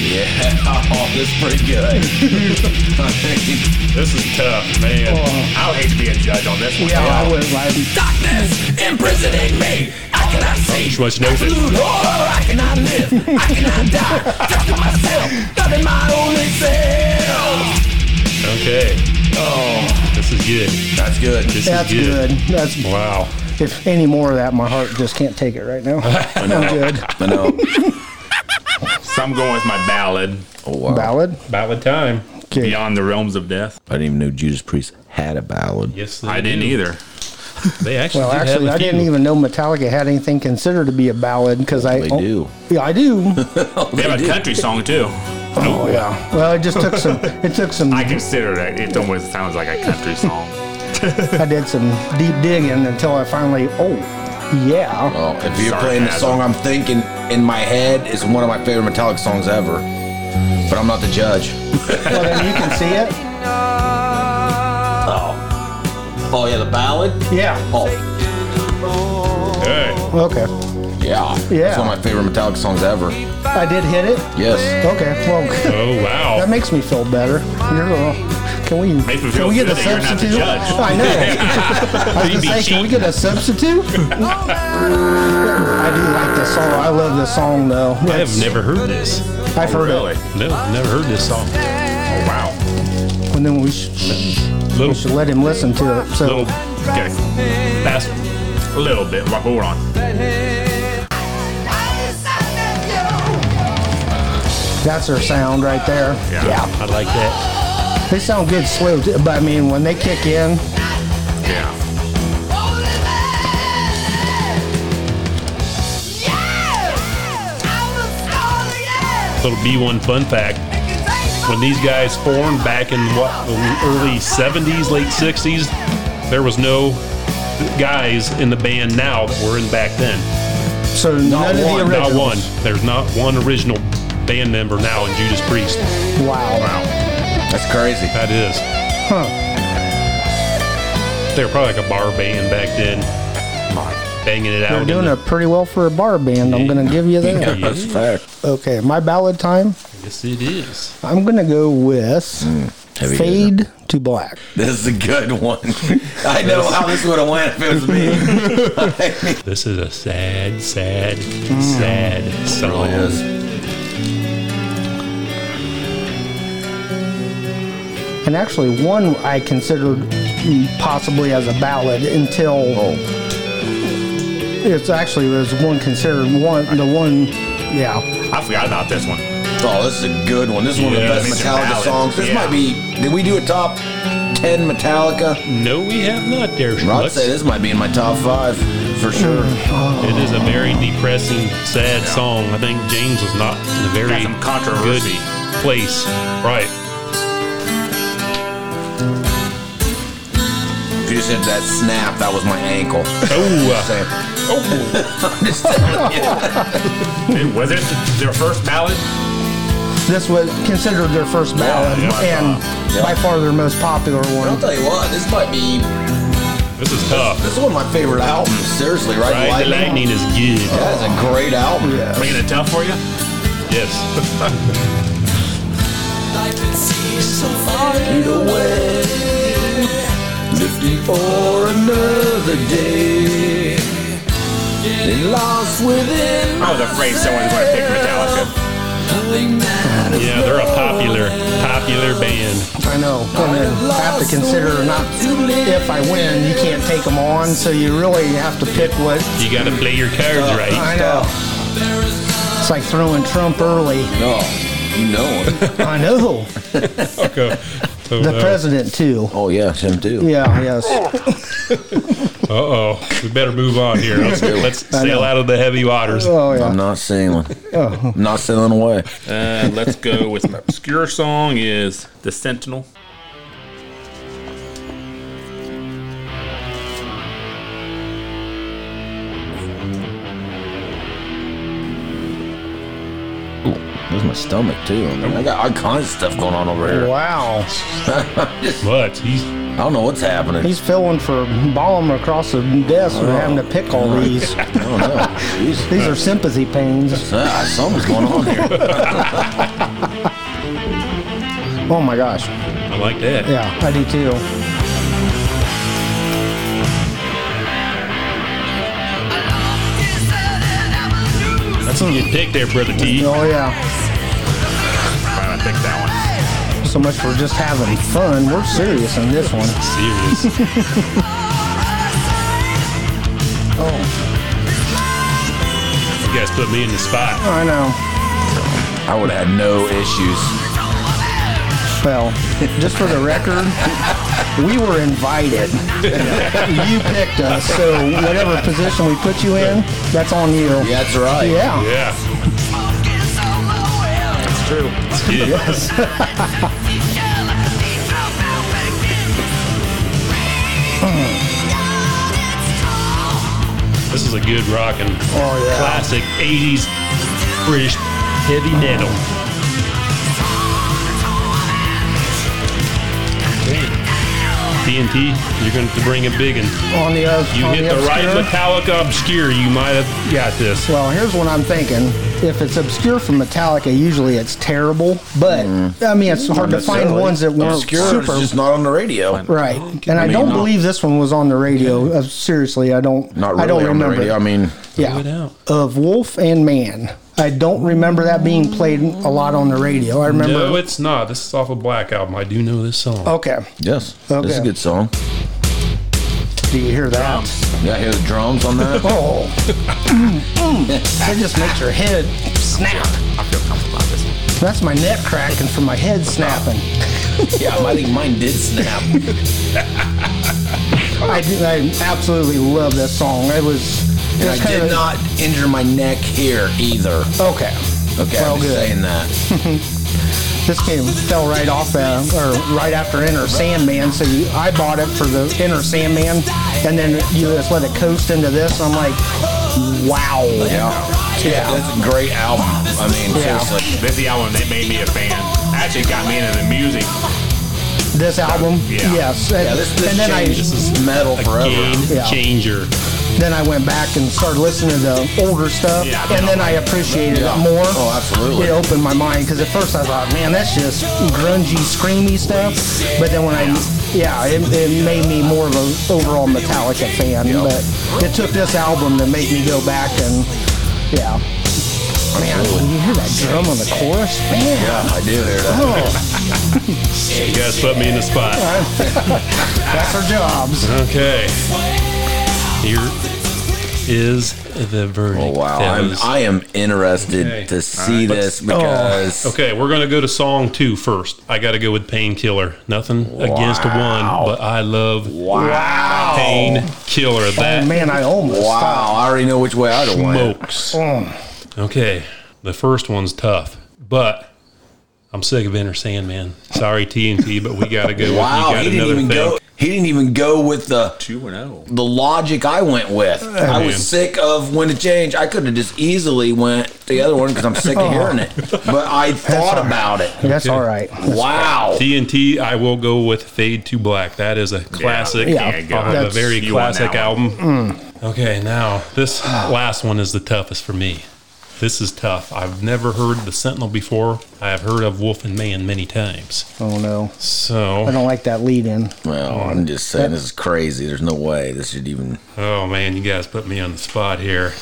S4: Yeah. Oh, this is pretty good. I think-
S3: This is tough, man.
S5: I would hate to be a judge on this one.
S6: Yeah, I was like,
S7: Darkness imprisoning me. I cannot see.
S3: Too much notice.
S7: Absolute horror. I cannot live. I cannot die. Just to myself. Not in my only self.
S3: Okay. Oh, this is good.
S4: That's good.
S3: This
S6: that's
S3: is
S6: good. That's
S3: Wow.
S6: if any more of that, my heart just can't take it right now. I'm good.
S4: I know.
S5: So I'm going with my ballad,
S4: Oh, wow.
S6: Ballad.
S3: Ballad time.
S6: Okay.
S5: Beyond the Realms of Death.
S4: I didn't even know Judas Priest had a ballad.
S3: Yes,
S5: I
S3: do.
S5: didn't either.
S3: They actually.
S6: Well,
S3: do have
S6: actually,
S3: a
S6: I didn't
S3: few.
S6: even know Metallica had anything considered to be a ballad because I
S4: They do.
S6: Yeah, I do.
S5: They have a country song too.
S6: Oh yeah. Well, it just took some. It took some.
S5: I
S6: I,
S5: consider that it almost sounds like a country song.
S6: did some deep digging until I finally. Oh, yeah.
S4: Well, Oh, if you're playing the song I'm thinking in my head, is one of my favorite Metallic songs ever. But I'm not the judge.
S6: Well, then you can see it.
S4: Oh yeah, the ballad.
S6: Yeah.
S4: Oh
S3: Okay.
S6: Okay.
S4: yeah,
S6: Yeah.
S4: It's one of my favorite Metallic songs ever.
S6: I did hit it.
S4: Yes.
S6: Okay. Well,
S3: Oh wow.
S6: that makes me feel better. You're a- Can we?
S5: Makes
S6: Can
S5: me feel
S6: we get
S5: good
S6: a
S5: that you're not the
S6: substitute?
S5: judge.
S6: I know. I was
S3: You'd
S6: gonna
S3: be
S6: say, can we
S3: cheating.
S6: get a substitute? I do like this song. I love this song though.
S3: I have
S6: It's-
S3: never heard this.
S6: I've heard
S5: Really?
S6: it.
S3: No, never heard this song.
S5: Oh, wow.
S6: And then we should, we should
S3: Little,
S6: let him listen to it. So
S3: little
S5: Okay. That's a little bit. Well, Hold on.
S6: that's their sound right there.
S5: Yeah.
S3: I like that.
S6: They sound good slow, too, but I mean when they kick in,
S5: Yeah.
S3: Little B1 fun fact. When these guys formed back in what the early 70s, late 60s, there was no guys in the band now that were in back then.
S6: so none of the
S3: Not
S6: originals.
S3: one. There's not one original band member now in Judas Priest.
S6: Wow.
S5: Wow.
S4: That's crazy.
S3: That is.
S6: Huh.
S3: They were probably like a bar band back then. Banging it
S6: They're
S3: out.
S6: doing
S3: in
S6: it pretty well for a bar band. I'm gonna give you
S3: the-
S6: that.
S4: That's fact.
S6: Okay, my ballad time.
S3: Yes, it is.
S6: I'm gonna go with
S4: Heavy hitter.
S6: Fade to Black.
S4: This is a good one. I know how this would have went if it was me.
S3: This is a sad, sad,
S6: Hmm.
S3: sad
S4: Oh,
S3: song.
S6: And actually, one I considered mm, possibly as a ballad until it's actually was one considered one the one. Yeah,
S5: I forgot about this one.
S4: Oh, this is a good one. This is one of the
S3: Yeah,
S4: best
S5: it's a
S4: Metallica
S5: ballad.
S4: songs. This
S5: Yeah.
S4: might be. Did we do a top ten Metallica?
S3: No, we have not, there,
S4: Rod
S3: Schmucks.
S4: said this might be in my top five for sure.
S3: It is a very depressing, sad song. I think James was not in a very
S5: Got some controversy.
S3: good place. Right.
S4: If you just hit that snap, that was my ankle.
S3: Oh,
S4: Same.
S5: It- Was it their first ballad?
S6: this was considered their first ballad
S5: yeah,
S6: and by far their most popular
S4: I'll
S6: one.
S4: tell you what, this might be.
S3: uh, this is tough.
S4: This is one of my favorite albums. Seriously, right?
S3: Right, the lightning is good.
S4: That is a great album.
S5: Making it tough for you?
S3: Yes.
S4: Either way, lifting for another day. And lost within
S5: I was afraid someone was going to pick Metallica.
S3: Yeah, they're a popular, popular band.
S6: I know. And then I have to consider not if I win, you can't take them on. So you really have to pick what.
S3: You got to play your cards right.
S6: I know. It's like throwing Trump early.
S4: No, you know him.
S6: I know.
S3: Okay. Oh,
S6: The
S3: no.
S6: president too.
S4: oh yeah, it's him too.
S6: Yeah. Yes.
S3: Uh-oh. We better move on here. Let's, let's
S6: I
S3: sail
S6: know.
S3: out of the heavy waters.
S6: Oh yeah.
S4: I'm not sailing.
S6: Oh.
S4: I'm not sailing away.
S5: Uh, let's go with an obscure song is The Sentinel.
S4: There's my stomach too. I, mean, I got all kinds of stuff going on over here.
S6: Wow.
S3: What? He's
S4: I don't know what's happening.
S6: He's filling for balling across the desk and having to pick all these.
S4: I don't know. Jeez.
S6: These are sympathy pains.
S4: Ah, something's going on here.
S6: Oh my gosh.
S3: I like that.
S6: Yeah, I do too.
S3: That's a good pick there, brother T.
S6: Oh yeah.
S5: Fine, I picked that
S6: So much for just having fun. We're serious on this one.
S3: Serious.
S6: Oh,
S3: You guys put me in the spot.
S6: I know.
S4: I would have had no issues.
S6: Well, just for the record, we were invited. You picked us, so whatever position we put you in, that's on you.
S4: Yeah, that's right.
S6: Yeah.
S3: Yeah.
S5: one. True.
S3: Let's get it. This is a good rockin'
S6: Oh, yeah.
S3: classic 80s British heavy metal. TNT, you're going to have to bring it big and
S6: on the uh,
S3: you
S6: on
S3: hit the right
S6: obscure.
S3: metallic obscure, you might have got this.
S6: Well, here's what I'm thinking. If it's obscure from Metallica, usually it's terrible. But I mean, it's hard to find
S4: Necessarily.
S6: ones that weren't
S4: obscure.
S6: super.
S4: It's just not on the radio.
S6: Right, and I,
S5: mean,
S6: don't
S5: not-
S6: believe this one was on the radio. Uh, seriously, I don't.
S4: Not really
S6: I don't
S4: on
S6: remember.
S4: the radio. I mean,
S6: yeah, of Wolf and Man. I don't remember that being played a lot on the radio. I remember.
S3: No, it's not. This is off a Black album. I do know this song.
S6: okay,
S4: yes,
S6: Okay.
S4: that's a good song.
S6: do you hear that?
S4: Yeah, I hear the drums on that.
S6: Oh, Mm-hmm. that just makes your head snap.
S5: I feel comfortable about this one.
S6: That's my neck cracking from my head snapping.
S4: yeah, I think mine did snap. Oh.
S6: I, do- I absolutely love that song. It was.
S4: And I
S6: it's kind
S4: did
S6: of a-
S4: not injure my neck here either.
S6: Okay.
S4: Okay,
S6: Well,
S4: I'm just
S6: good.
S4: saying that.
S6: This game fell right off, uh, or right after Inner Sandman. So you, I bought it for the Inner Sandman, and then you just let it coast into this. I'm like, wow.
S4: Yeah.
S6: Yeah.
S4: That's a great album. I mean,
S6: Yeah.
S4: seriously.
S5: This is the album that made me a fan. Actually got me into the music.
S6: This album.
S5: Yeah.
S6: Yes.
S4: Yeah, this, this
S6: and then I
S4: changed. this is metal forever.
S3: Game
S6: Yeah.
S3: changer.
S6: then I went back and started listening to the older stuff,
S5: Yeah.
S6: and then I appreciated
S4: Yeah.
S6: it more.
S4: Oh, absolutely.
S6: It opened my mind because at first I thought, man, that's just grungy, screamy stuff. But then when I, yeah, it, it made me more of an overall Metallica fan. But it took this album to make me go back and, yeah. Man, when you hear that drum on the chorus, man.
S4: Yeah, I do hear that.
S6: Oh,
S3: You guys put me in the spot.
S6: that's our jobs.
S3: Okay. Here is the verdict.
S4: Oh, wow.
S3: That
S4: I'm,
S3: was-
S4: I am interested
S3: Okay.
S4: to see
S6: Oh.
S4: this because
S3: Okay, we're going to go to song two first. I got to go with Painkiller. Nothing against one, but I love
S4: wow,
S3: Painkiller.
S6: And
S3: That
S6: Oh, man, I almost Mm,
S4: wow, I already know which way I'd have went.
S3: smokes.
S6: stopped.
S3: Okay, the first one's tough, but I'm sick of Inner Sandman. Sorry, TNT, but we got to go.
S4: Wow,
S3: you got
S4: he didn't
S3: another
S4: even
S3: thing.
S4: go. He didn't even go with the
S5: Two and oh. zero.
S4: the logic I went with. I
S3: man.
S4: was sick of when to change. I could have just easily went the other one because I'm sick
S3: Oh.
S4: of hearing it. But I thought about it.
S6: That's all right.
S4: Wow.
S3: TNT, I will go with Fade to Black. That is a classic,
S6: Yeah, Mm.
S3: off
S5: yeah,
S3: of a
S6: that's-
S3: very
S5: you won that
S3: classic album. Okay, now this last one is the toughest for me. This is tough. I've never heard the Sentinel before. I have heard of Wolf and Man many times.
S6: Oh no, I
S3: So,
S6: don't like that lead in.
S4: Well, I'm just saying this is crazy. There's no way this should even.
S3: oh man, you guys put me on the spot here.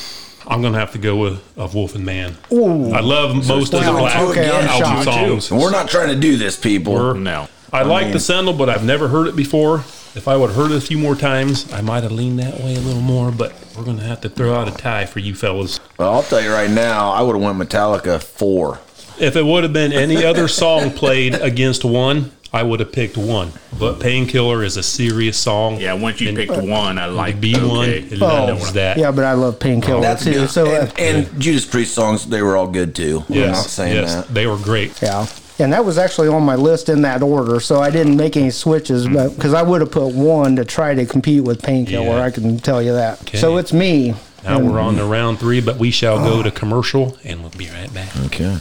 S3: I'm gonna have to go with of Wolf and Man. I love most of the
S4: Wow,
S3: Black
S4: okay, I'm
S3: album
S6: shocked.
S3: songs.
S4: We're not trying to do this, people.
S3: We're-
S5: No.
S3: I, like
S4: mean-
S3: the Sentinel, but I've never heard it before. If I would have heard it a few more times, I might have leaned that way a little more, but we're going to have to throw out a tie for you fellas.
S4: Well, I'll tell you right now, I would have went Metallica four.
S3: If it would have been any other song played against one, I would have picked one. But Painkiller is a serious song.
S5: Yeah, once you
S3: And
S5: picked one, I like Oh,
S3: B1 loves that.
S6: Yeah, but I love painkiller
S4: That's
S6: too.
S4: good.
S6: So uh,
S4: and, and Judas Priest songs, they were all good too. I'm
S3: Yes,
S4: not saying
S3: yes,
S4: that.
S3: they were great.
S6: yeah, and that was actually on my list in that order. So I didn't make any
S3: Mm-hmm.
S6: switches, but because I would have put one to try to compete with painkiller,
S3: Yeah.
S6: I can tell you that.
S3: Okay.
S6: So it's me.
S3: Now we're on to round three, but we shall go to commercial and we'll be right back.
S4: Okay.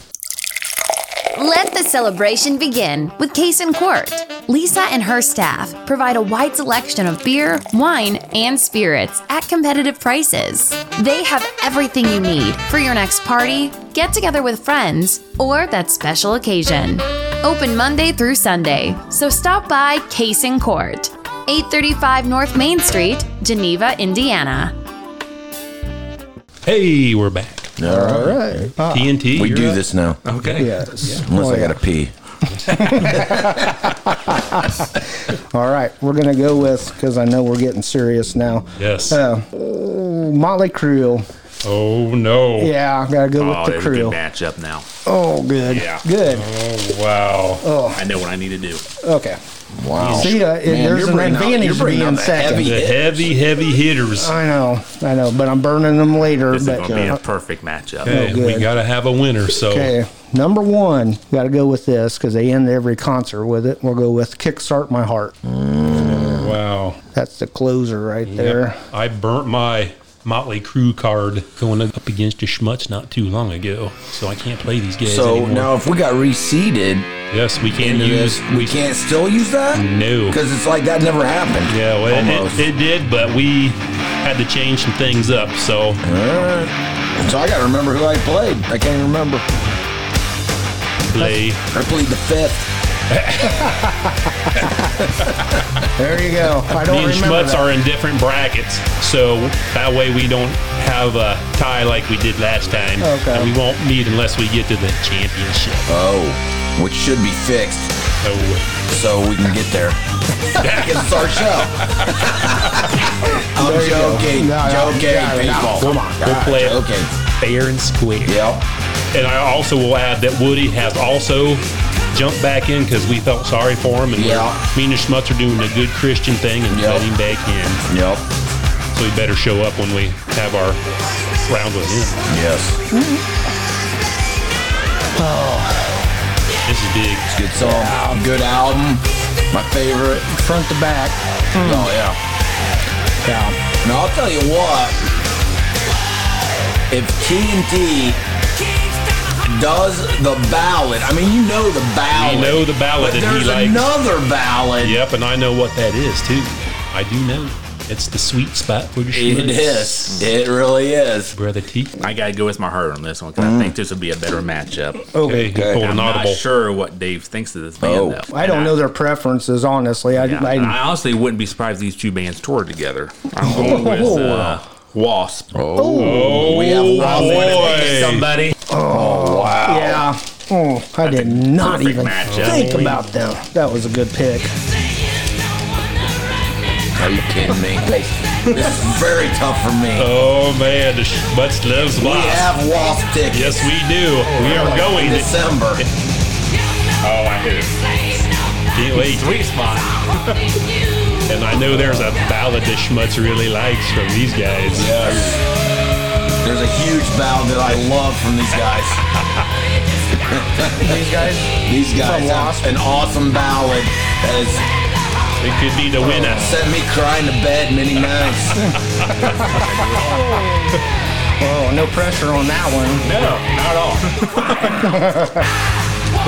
S9: Let the celebration begin with Case and Court. Lisa and her staff provide a wide selection of beer, wine, and spirits at competitive prices. They have everything you need for your next party, get together with friends, or that special occasion. Open Monday through Sunday, so stop by Case and Court, 835 North Main Street, Geneva, Indiana.
S3: Hey, we're back.
S4: All right.
S6: All right. Ah,
S3: TNT.
S4: We
S3: you're
S4: do
S3: up.
S4: this now.
S5: Okay.
S6: yes.
S4: Unless
S6: Oh,
S4: I got to pee.
S6: All right. We're gonna go with because I know we're getting serious now.
S3: Yes.
S6: Uh, Motley Crue.
S3: oh, no.
S6: Yeah, I gotta go
S5: Oh,
S6: with the
S5: there's a
S6: Crue.
S5: good matchup now.
S6: Oh, good.
S5: Yeah.
S6: Good.
S3: Oh, wow.
S5: I know what I need to do.
S6: Okay.
S4: Wow.
S6: See, uh, it-
S4: Oh, Man,
S6: there's
S4: you're
S6: an
S4: bringing out-
S6: advantage
S4: you're
S6: to
S4: bringing
S6: being
S4: out the heavy
S6: second.
S3: The heavy, heavy hitters.
S6: I know, I know, but I'm burning them later.
S5: This is
S6: but
S5: going to be
S6: uh,
S5: a perfect matchup.
S3: Hey, we
S6: good.
S3: got to have a winner. So,
S6: Okay, number one, got to go with this because they end every concert with it. We'll go with "Kickstart My Heart."
S3: wow.
S6: That's the closer right there.
S3: I burnt my Motley Crue card going up against the Schmutz not too long ago, so I can't play these guys
S4: So
S3: anymore.
S4: now, if we got reseeded
S3: yes, we can
S4: into
S3: use
S4: this, we can't still use that?
S6: Mm.
S3: No.
S4: Because it's like that never happened.
S3: Yeah, well,
S4: Almost.
S3: it, it, it did, but we had to change some things up. So
S4: All right. So I got to remember who I played. I can't even remember.
S3: play
S4: I played the fifth.
S6: There you go. I
S3: Me
S6: don't
S3: and
S6: remember
S3: Schmutz
S6: that.
S3: are in different brackets, so that way we don't have a tie like we did last time.
S6: Okay.
S3: And we won't meet unless we get to the championship.
S4: Oh, which should be fixed
S3: So
S4: so we can get there. because it's our show. I'm
S6: There you go.
S4: joking.
S6: No, no,
S4: joking,
S6: got it.
S4: people.
S3: Come on. We'll
S4: God,
S3: play it.
S4: Joking.
S3: fair and square.
S4: Yep.
S3: And I also will add that Woody has also jumped back in because we felt sorry for him. And
S4: Yeah.
S3: we're- me and the Schmutz are doing a good Christian thing and
S4: Yeah.
S3: letting him back in.
S4: Yep.
S3: So he better show up when we have our round with him.
S4: Yes.
S3: This is big.
S4: Good song. Good album. My favorite.
S6: front to back.
S3: Hmm.
S4: Oh yeah.
S6: Yeah.
S4: Now I'll tell you what. If TNT does the ballad, I mean you know the ballad.
S3: You know the ballad
S4: Oh, but
S3: that he
S4: there's
S3: likes.
S4: another ballad.
S3: Yep, and I know what that is too. I do know. It's the sweet spot for the
S4: It is. It really is.
S3: Brother T.
S5: I gotta go with my heart on this one because I think this would be a better matchup.
S3: Okay, you pulled
S5: I'm
S3: an audible.
S5: not sure what Dave thinks of this band.
S4: Oh.
S5: though.
S6: I don't
S5: And
S6: know their preferences, honestly. I,
S5: Yeah,
S6: I,
S5: and I honestly wouldn't be surprised if these two bands toured together. I'm
S6: Oh.
S5: going with uh, Wasp.
S4: Oh, we have lost
S3: boy.
S4: somebody. Oh wow.
S6: yeah. Mm, I did not
S5: perfect
S6: even
S5: matchup.
S6: think about them. That was a good pick.
S4: Are you kidding me? this is very tough for me.
S3: Oh man, the Schmutz loves
S4: we
S3: wasp.
S4: have Wasp
S3: Yes,
S4: tickets.
S3: we do. we are going.
S4: in
S3: To,
S4: December.
S3: oh, I hit it. Can't wait. Sweet spot. and I know there's a ballad that Schmutz really likes from these guys.
S4: Yes. There's a huge ballad that I love from these guys.
S6: These guys.
S4: These guys have
S6: Wasp.
S4: an awesome ballad that has
S3: It could be the winner.
S4: sent me crying to bed many nights.
S6: Oh, no pressure on that one.
S3: No, not at all.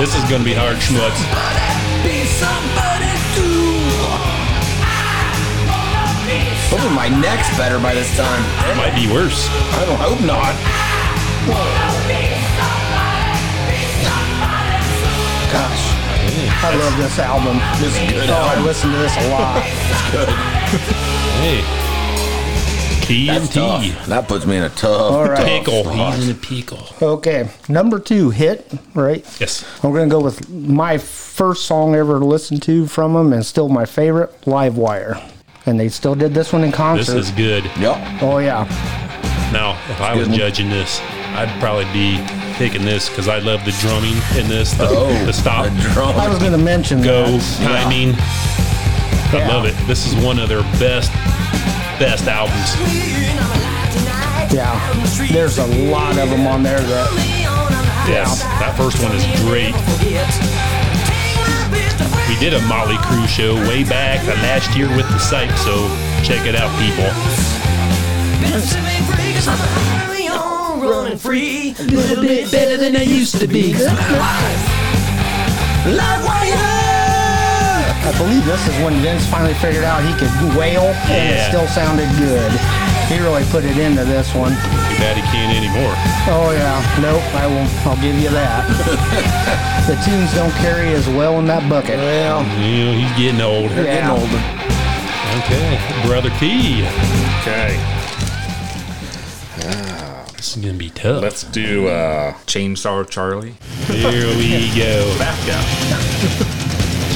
S3: this is going to be hard, Schmutz.
S4: Hopefully my neck's better by this time.
S3: It might be worse.
S4: I don't hope not. Gosh,
S6: I love this album.
S4: this is good.
S6: Oh, I
S4: album.
S6: listen to this a lot.
S3: Hey. E
S4: That's
S3: TNT.
S4: tough. That puts me in a tough,
S6: All right.
S4: tough
S3: Pickle.
S4: spot.
S3: He's in a pickle.
S6: Okay, number two hit, right?
S3: Yes.
S6: I'm gonna go with my first song ever listened to from them, and still my favorite, "Livewire," and they still did this one in
S3: This
S6: concert.
S3: is good.
S4: Yep.
S6: oh yeah,
S3: Now, if I was
S4: Good one.
S3: judging this, I'd probably be picking this because I love the drumming in this, the,
S4: Oh,
S3: the stop,
S4: the drum.
S6: I was gonna mention
S3: go,
S6: that.
S3: timing. I
S6: Yeah.
S3: love it. This is one of their best, best albums.
S6: Yeah, there's a lot of them on there that
S3: Yes, that first one is great. We did a Motley Crue show way back uh, last year with the Psych, so check it out, people.
S7: Running free, a little bit better than I used to be. Livewire!
S6: I believe this is when Vince finally figured out he could wail, and
S3: Yeah.
S6: it still sounded good. He really put it into this one.
S3: Too bad he can't anymore.
S6: Oh yeah, nope, I will. I'll give you that. the tunes don't carry as well in that bucket.
S4: Well,
S3: You know, he's getting old.
S6: Yeah.
S3: Okay, brother T. Okay. This is gonna be tough.
S5: Let's do uh, Chainsaw Charlie.
S3: Here we go.
S5: Backup.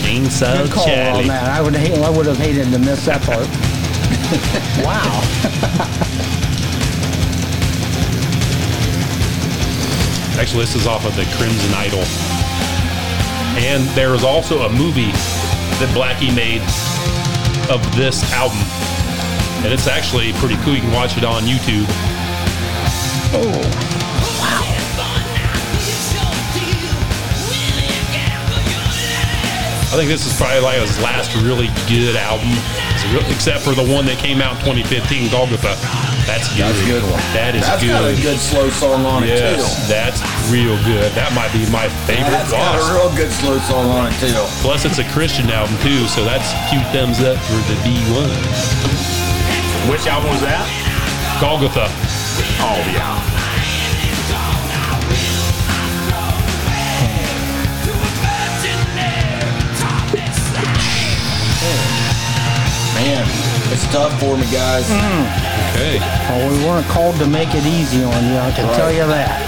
S3: Chainsaw
S6: Good call on
S3: Oh, Charlie.
S6: that. I would hate, I would have hated to miss that part. wow.
S3: Actually, this is off of the Crimson Idol. And there is also a movie that Blackie made of this album. And it's actually pretty cool. You can watch it on YouTube. I think this is probably like his last really good album. except for the one that came out in 2015, Golgotha. That's good.
S4: That's a good one.
S3: That is
S4: That's
S3: good.
S4: got a good slow song on
S3: yes,
S4: it
S3: that's real good. That might be my
S4: too.
S3: favorite
S4: That's got
S3: Wasp.
S4: a real good slow song on it too.
S3: Plus, it's a Christian album too, so that's cute thumbs up for the D1.
S5: Which album was that?
S3: Golgotha.
S5: Oh yeah.
S4: Man, it's tough for me, guys.
S3: Okay.
S6: Well, we weren't called to make it easy on you. I can tell you that.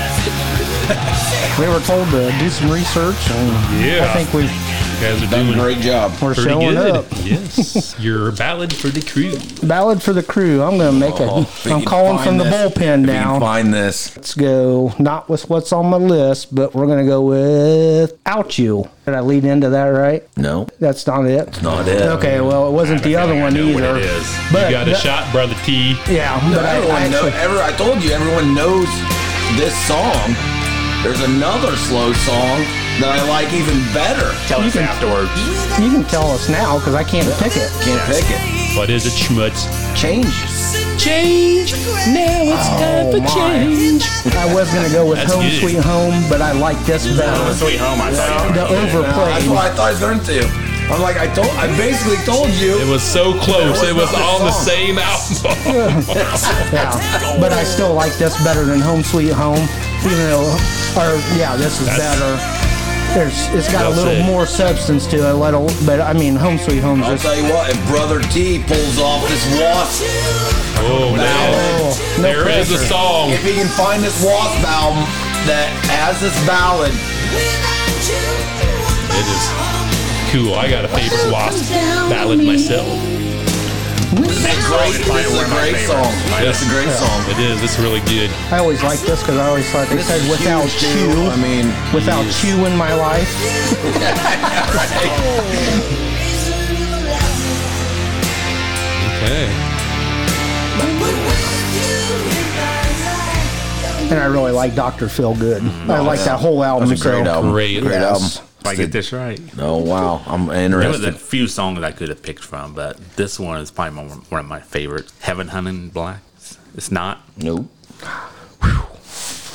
S6: we were told to do some research, and
S3: Yeah.
S6: I think we
S3: You guys are
S4: Done a
S3: doing
S4: great job.
S6: we're
S3: pretty
S6: showing
S3: good.
S6: up.
S3: Yes, your ballad for the crew.
S6: Ballad for the crew. I'm gonna make
S4: Oh,
S6: a.
S4: if you
S6: I'm
S4: can
S6: calling
S4: find
S6: from the
S4: this-
S6: bullpen
S4: if you can
S6: now.
S4: Find this.
S6: Let's go. Not with what's on my list, but we're gonna go with out you. Did I lead into that right?
S4: No,
S6: That's not it.
S4: not it.
S6: Okay. Well, it wasn't the other one
S5: know
S6: either.
S5: what it is.
S6: But
S3: you got a
S6: that-
S3: shot, brother T.
S6: Yeah,
S4: No,
S6: but I,
S4: everyone
S6: I
S4: know,
S6: actually,
S4: ever, I told you, everyone knows this song. There's another slow song that I like even better.
S5: Tell us afterwards.
S6: you can tell us now because I can't pick it.
S4: Can't pick it.
S3: What is it, Schmutz?
S4: Changes.
S1: Change. Now it's
S6: Oh,
S1: time for change.
S6: I was gonna go with
S3: That's
S6: Home
S3: good.
S6: Sweet Home, but I like this
S5: Oh,
S6: better.
S5: Sweet Home. I
S6: The
S5: thought you were gonna do that.
S4: That's
S6: overplayed.
S4: what I thought I was going to. I'm like, I told, I basically told
S3: It
S4: you.
S3: was so close.
S4: There
S3: It was
S4: was another
S3: on the
S4: song.
S3: same album.
S6: Yeah, but I still like this better than Home Sweet Home, even though, or yeah, this is
S3: That's-
S6: better. There's, it's got a
S3: That's
S6: little
S3: it.
S6: more substance to it, a little, but I mean, Home Sweet Home's
S4: I'll
S6: just
S4: tell you what, if Brother T pulls off this wasp,
S3: Oh, now
S6: oh, no
S3: there is a
S6: pressure.
S3: song.
S4: if he can find this wasp album that has this ballad,
S3: It is cool. I got a favorite Wasp ballad myself.
S4: it's great. This is a great song. It's a great song.
S3: It is. It's really good.
S6: I always like this because I always thought they
S4: This
S6: said
S4: is
S6: without
S4: huge, too.
S6: you,
S4: I mean,
S6: without you in my life.
S3: Okay.
S6: And I really like Dr. Feel Good. I like that whole
S4: Mm, oh,
S6: album.
S4: That's a great
S6: so-
S4: album.
S3: Great.
S4: Great album.
S6: Yes.
S5: If I get this right.
S4: Oh wow, I'm
S5: There was a
S4: interested.
S5: few songs that I could have picked from, but this one is probably my, one of my favorites. Heaven Hunting Blacks. It's not.
S4: Nope.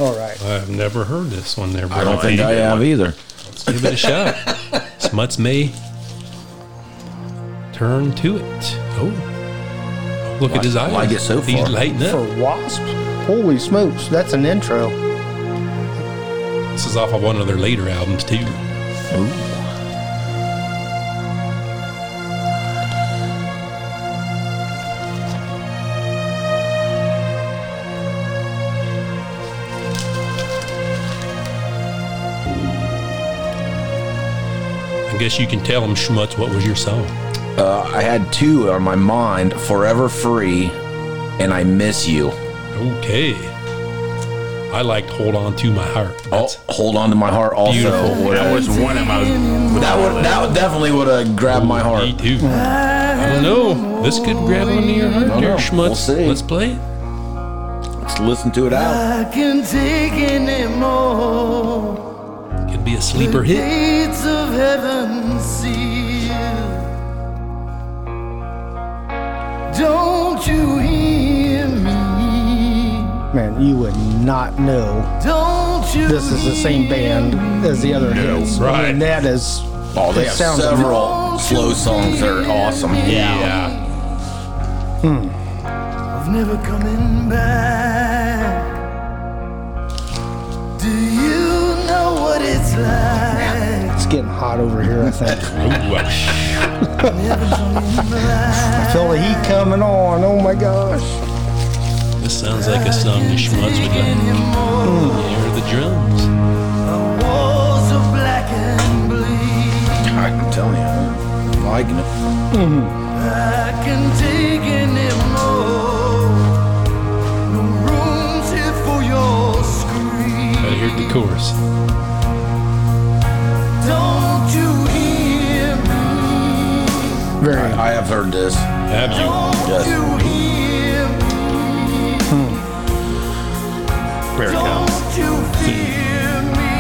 S6: All right.
S3: I've never heard this one there,
S4: I
S3: brother.
S4: don't think I have either.
S3: Give it a shot. Smuts may turn to it. Oh. Look at his eyes.
S4: like it so
S3: He's
S4: far.
S3: lighting up.
S6: For Wasp? Holy smokes, that's an intro.
S3: This is off of one of their later albums, too. I guess you can tell them, Schmutz, what was your song?
S4: Uh, I had two on my mind: "Forever Free" and "I Miss You."
S3: Okay. I liked Hold On To My Heart.
S4: Oh, hold on to my heart. Also,
S3: Beautiful.
S4: Would-
S5: That was one of my.
S4: that would that would definitely would have grabbed my
S3: Me
S4: heart.
S3: too. I don't know. This could grab onto your heart
S4: don't
S3: there,
S4: know.
S3: Schmutz.
S4: We'll see.
S3: Let's play it.
S4: Let's listen to it out.
S7: I can take anymore.
S3: Could be a sleeper hit.
S7: Gates of heaven sealed. Don't you hear me?
S6: Man, you would not know
S7: Don't you
S6: this is the same band as the other hits.
S3: right.
S6: And that is.
S4: Oh, they
S6: it
S4: have
S6: sounds
S4: several slow songs that are awesome.
S3: Yeah.
S7: of never coming back. Do you know what it's like?
S6: It's getting hot over here, I think.
S3: Ooh.
S6: I feel the heat coming on. Oh my gosh.
S3: This sounds like a song the Schmutz would like. Hear the drums.
S7: The walls are black and bleak.
S4: I'm telling you, I'm liking it.
S7: I can take anymore. No room's here for your
S3: Gotta hear
S7: scream.
S3: the chorus.
S7: Don't you hear me?
S6: Very.
S4: I have heard this.
S3: Have you?
S7: Don't
S4: Yes.
S7: you hear me?
S5: There it
S7: Don't
S5: comes.
S7: you fear me?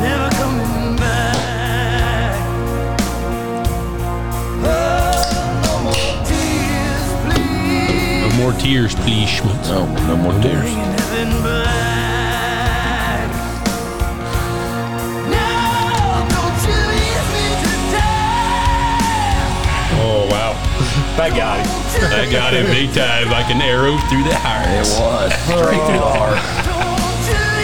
S7: Never coming back. Oh,
S3: more tears, please, Schmutz.
S10: No, no more tears.
S3: Oh, wow. I got him. I got him big time, like an arrow through the
S10: It
S3: heart.
S10: was straight through the heart.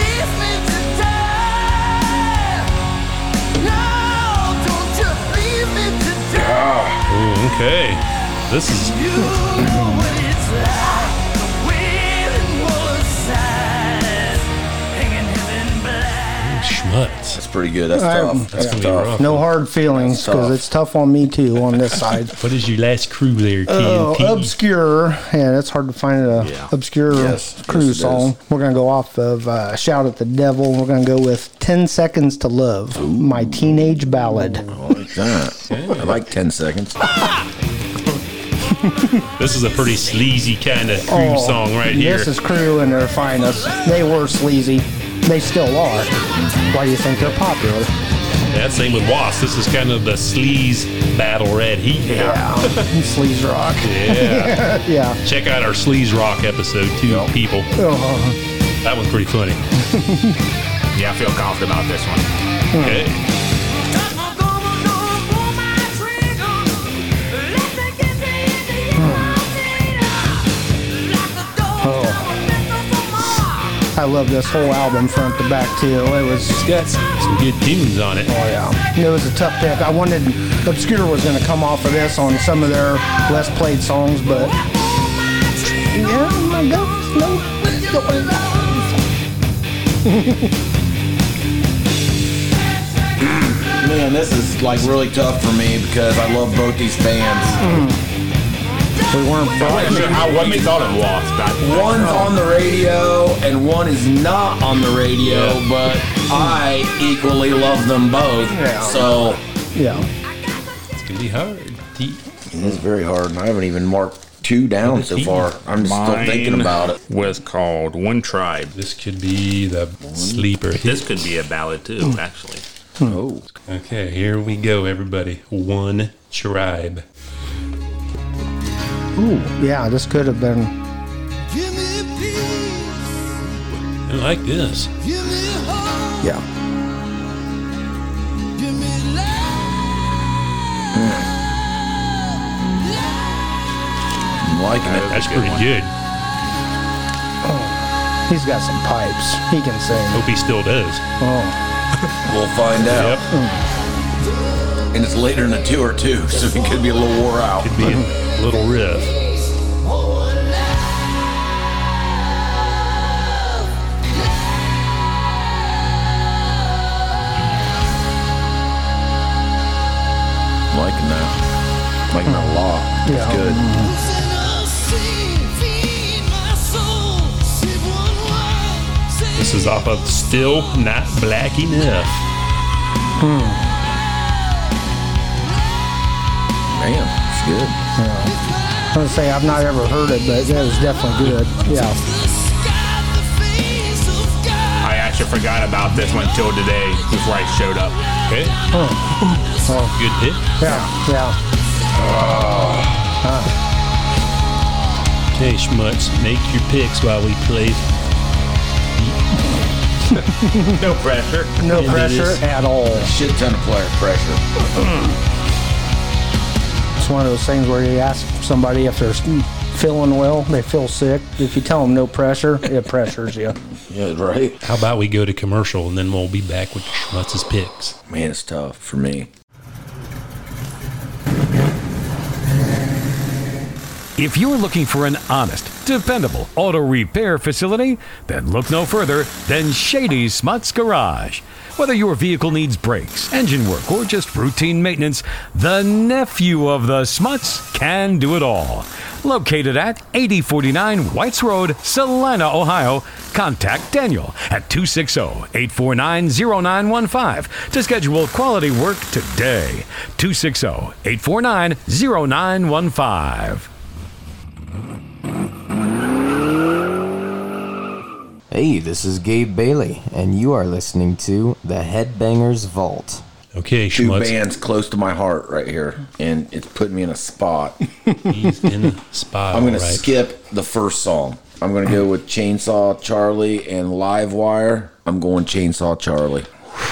S3: Ooh, okay. This is Schmutz.
S10: That's pretty good. That's
S6: I'm-
S10: tough. That's
S3: That's gonna be
S10: tough.
S3: rough.
S6: No hard feelings
S10: That's
S6: because
S10: tough.
S6: it's tough on me too on this side.
S3: What is your last crew there,
S6: Oh,
S3: TNT?
S6: obscure. Yeah, that's hard to find a
S5: Yeah.
S6: obscure
S10: Yes,
S6: crew
S10: yes, it
S6: song.
S10: is.
S6: We're gonna go off of uh, "Shout at the Devil." We're gonna go with "10 Seconds to Love," my teenage ballad.
S10: I like that. I like 10 seconds.
S3: This is a pretty sleazy kind of crew
S6: Oh,
S3: song right here.
S6: This is crew and their finest. They were sleazy. They still are. Why do you think they're popular?
S3: That same with Wasp. This is kind of the sleaze battle red heat. Yeah.
S6: Sleaze rock.
S3: yeah.
S6: Yeah.
S3: Check out our sleaze rock episode too, people.
S6: Oh,
S3: That one's pretty funny.
S5: Yeah, I feel confident about this one.
S6: Hmm.
S3: Okay.
S6: I love this whole album front to back too. It was.
S3: It's got some good tunes on it.
S6: Oh yeah, it was a tough pick. I wanted Obscure was going to come off of this on some of their less played songs, but yeah, my God,
S10: Man, this is like really tough for me because I love both these bands.
S6: we weren't.
S5: I wasn't sure how what you thought of Wasp. I,
S10: One's on the radio and one is not on the radio, but I equally love them both.
S6: Yeah.
S10: So
S6: Yeah,
S3: It's gonna be hard. Deep.
S10: it's very hard, and I haven't even marked two down so far. I'm just still thinking about it.
S5: Was called One Tribe.
S3: This could be the sleeper hit.
S5: This could be a ballad too, actually.
S10: Oh,
S3: Okay, here we go, everybody. One tribe.
S6: ooh, yeah, this could have been.
S3: I like this.
S10: yeah. I'm liking it.
S3: That's pretty good.
S6: He's got some pipes. He can sing.
S3: Hope he still does.
S6: Oh,
S10: We'll find out.
S3: Yep.
S10: And it's later in the tour too, so he could be a little wore out.
S3: Could be a little riff.
S10: I'm liking that. I'm liking that a lot. It's
S6: Yeah.
S10: good.
S3: This is off of Still Not Black Enough.
S10: Man, it's good.
S6: I'm gonna say I've not ever heard it, but that was definitely good. Yeah,
S5: I actually forgot about this one till today before I showed up.
S3: Okay.
S6: oh,
S3: Good hit.
S6: yeah, yeah.
S3: Okay, Schmutz, make your picks while we play.
S5: No pressure.
S6: No
S3: It
S6: pressure
S3: is.
S6: at all.
S10: Shit ton of player pressure.
S6: It's one of those things where you ask somebody if they're feeling well, they feel sick. If you tell them no pressure, it pressures you.
S10: Yeah, right.
S3: How about we go to commercial and then we'll be back with Schmutz's picks.
S10: Man, it's tough for me.
S7: If you're looking for an honest, dependable auto repair facility, then look no further than Shady Smuts Garage. Whether your vehicle needs brakes, engine work, or just routine maintenance, the nephew of the Smuts can do it all. Located at 8049 Whites Road, Salina, Ohio, contact Daniel at 260 849 0915 to schedule quality work today. 260 849 0915.
S11: Hey, this is Gabe Bailey, and you are listening to The Headbangers Vault.
S3: Okay,
S4: two
S3: schmutz.
S4: bands close to my heart right here, and it's putting me in a spot.
S3: He's in the spot.
S4: I'm gonna
S3: all right.
S4: skip the first song. I'm gonna go with Chainsaw Charlie and Livewire. I'm going Chainsaw Charlie.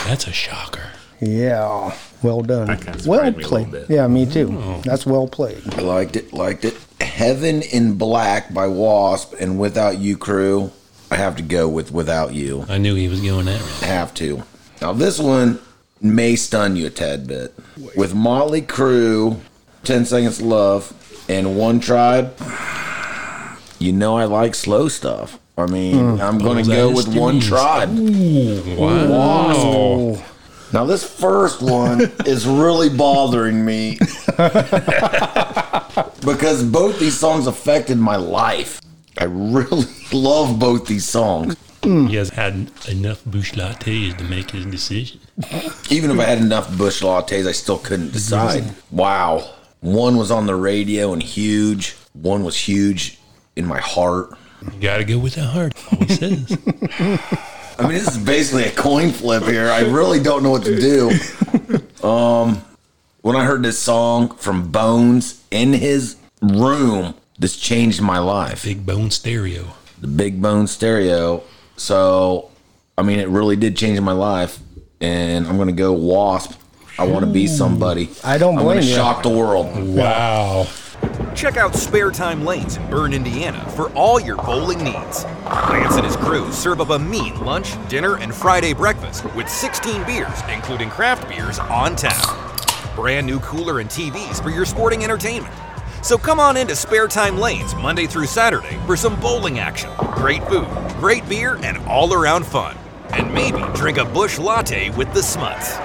S3: That's a shocker.
S6: Yeah. Well done.
S5: kinda
S6: well
S5: surprised me a little
S6: played.
S5: bit.
S6: Yeah, me too. That's well played.
S4: I liked it, liked it. Heaven in Black by Wasp and Without You Crew. I have to go with Without You.
S3: I knew he was going that route.
S4: Have to. Now this one may stun you a tad bit. With Motley Crue, Ten Seconds to Love, and One Tribe. You know I like slow stuff. I mean, I'm gonna
S3: Bullseye
S4: go with
S3: Stimmies.
S4: One Tribe.
S3: Wow.
S4: Now this first one is really bothering me because both these songs affected my life. I really love both these songs.
S3: He has had enough bush lattes to make his decision.
S4: Even if I had enough bush lattes, I still couldn't decide. Wow. One was on the radio and huge. One was huge in my heart.
S3: You gotta go with the heart. Always says.
S4: I mean, this is basically a coin flip here. I really don't know what to do. Um, when I heard this song from Bones in his room, this changed my life.
S3: Big bone stereo.
S4: The Big Bone Stereo. So, I mean, it really did change my life. And I'm gonna go Wasp. I want to be somebody.
S6: I don't
S4: I'm gonna
S6: blame you.
S4: Shock the world.
S3: Wow.
S7: Check out Spare Time Lanes in Burn, Indiana for all your bowling needs. Lance and his crew serve up a mean lunch, dinner, and Friday breakfast with 16 beers, including craft beers, on tap. Brand new cooler and TVs for your sporting entertainment. So come on into Spare Time Lanes Monday through Saturday for some bowling action, great food, great beer, and all around fun. And maybe drink a bush latte with the smuts.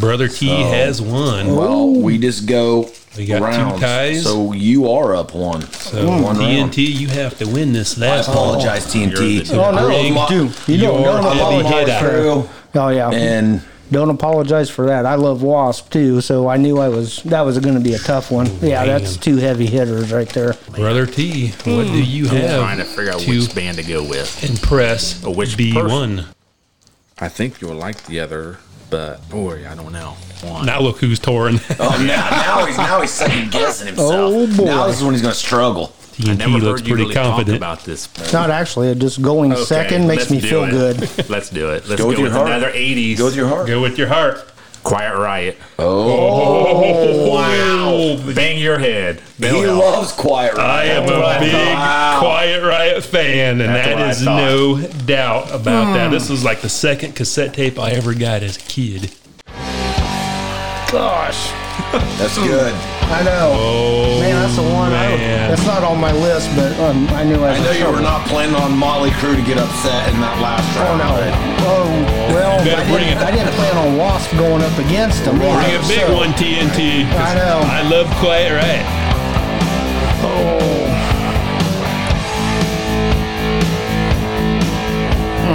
S3: Brother T has won.
S4: Well, we just go
S3: We got two
S4: rounds.
S3: ties.
S4: So you you are up one.
S3: So
S4: one
S3: TNT,
S4: round.
S3: you have to win this
S4: I
S3: last one.
S4: apologize, TNT.
S6: Oh no,
S3: Greg,
S6: you do. You don't,
S3: you're
S6: don't
S3: heavy
S6: apologize
S3: hitter.
S6: for. Oh yeah.
S4: And
S6: Don't apologize for that. I love Wasp too, so I knew I was that was going to be a tough one. yeah, that's
S3: man.
S6: two heavy hitters right there.
S3: Brother T, what do you have
S5: Hmm. Trying to figure out
S3: to
S5: which band to go with.
S3: impress
S5: Or which
S3: B1?
S5: I think you'll like the other, but boy, I don't know. One.
S3: Now look who's touring.
S4: oh, now, now he's now he's second guessing himself.
S6: Oh, boy.
S4: Now this is when he's gonna struggle.
S5: I
S3: TNT
S5: never
S3: looks
S5: heard you
S3: pretty
S5: really talk
S3: confident.
S5: about this.
S6: Not actually, it just going
S5: Okay,
S6: second makes
S5: let's
S6: me
S5: do
S6: feel
S5: it.
S6: good.
S5: Let's do it. Let's
S4: Go
S5: go,
S4: with
S5: with,
S4: your heart.
S5: another 80s.
S4: Go with your heart.
S3: Go with your heart.
S5: Quiet Riot.
S3: Oh, wow.
S5: Bang your head. That'll
S4: He
S5: help.
S4: loves quiet. Riot.
S3: I am a big Quiet Riot fan, and
S5: That's
S3: that
S5: what I
S3: is
S5: thought.
S3: no doubt about that. This was like the second cassette tape I ever got as a kid.
S4: That's good.
S6: I know. man, that's the one. I,
S3: man.
S6: that's not on my list, but um, I knew I was.
S4: I know you were not planning on Molly Crew to get upset in that last
S6: Oh
S4: round.
S6: no.
S4: right?
S6: Oh well,
S3: You better
S6: I
S3: bring
S6: didn't,
S3: it.
S6: I didn't plan on Wasp going up against him.
S3: Bring a
S6: either,
S3: big
S6: so-
S3: one, TNT. 'cause
S6: I know.
S3: I love Quiet Riot.
S6: Oh.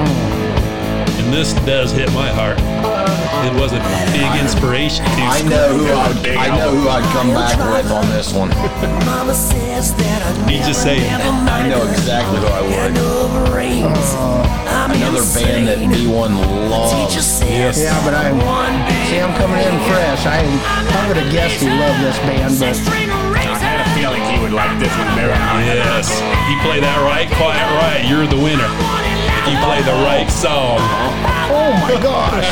S3: And this does hit my heart. It was a big inspiration.
S4: I
S3: to
S4: know who I'd, I know who I'd come back with on this one.
S1: Mama says that I
S3: You just say it.
S4: I know exactly who I would. Another band that B1 loves.
S1: Yes.
S6: Yeah, but I see. I'm coming in fresh. I I would have guessed he loved this band, but
S5: I had a feeling he would like this one better.
S3: Yes. You play that right, Quiet Riot, you're the winner. If you play the right song.
S6: oh my gosh.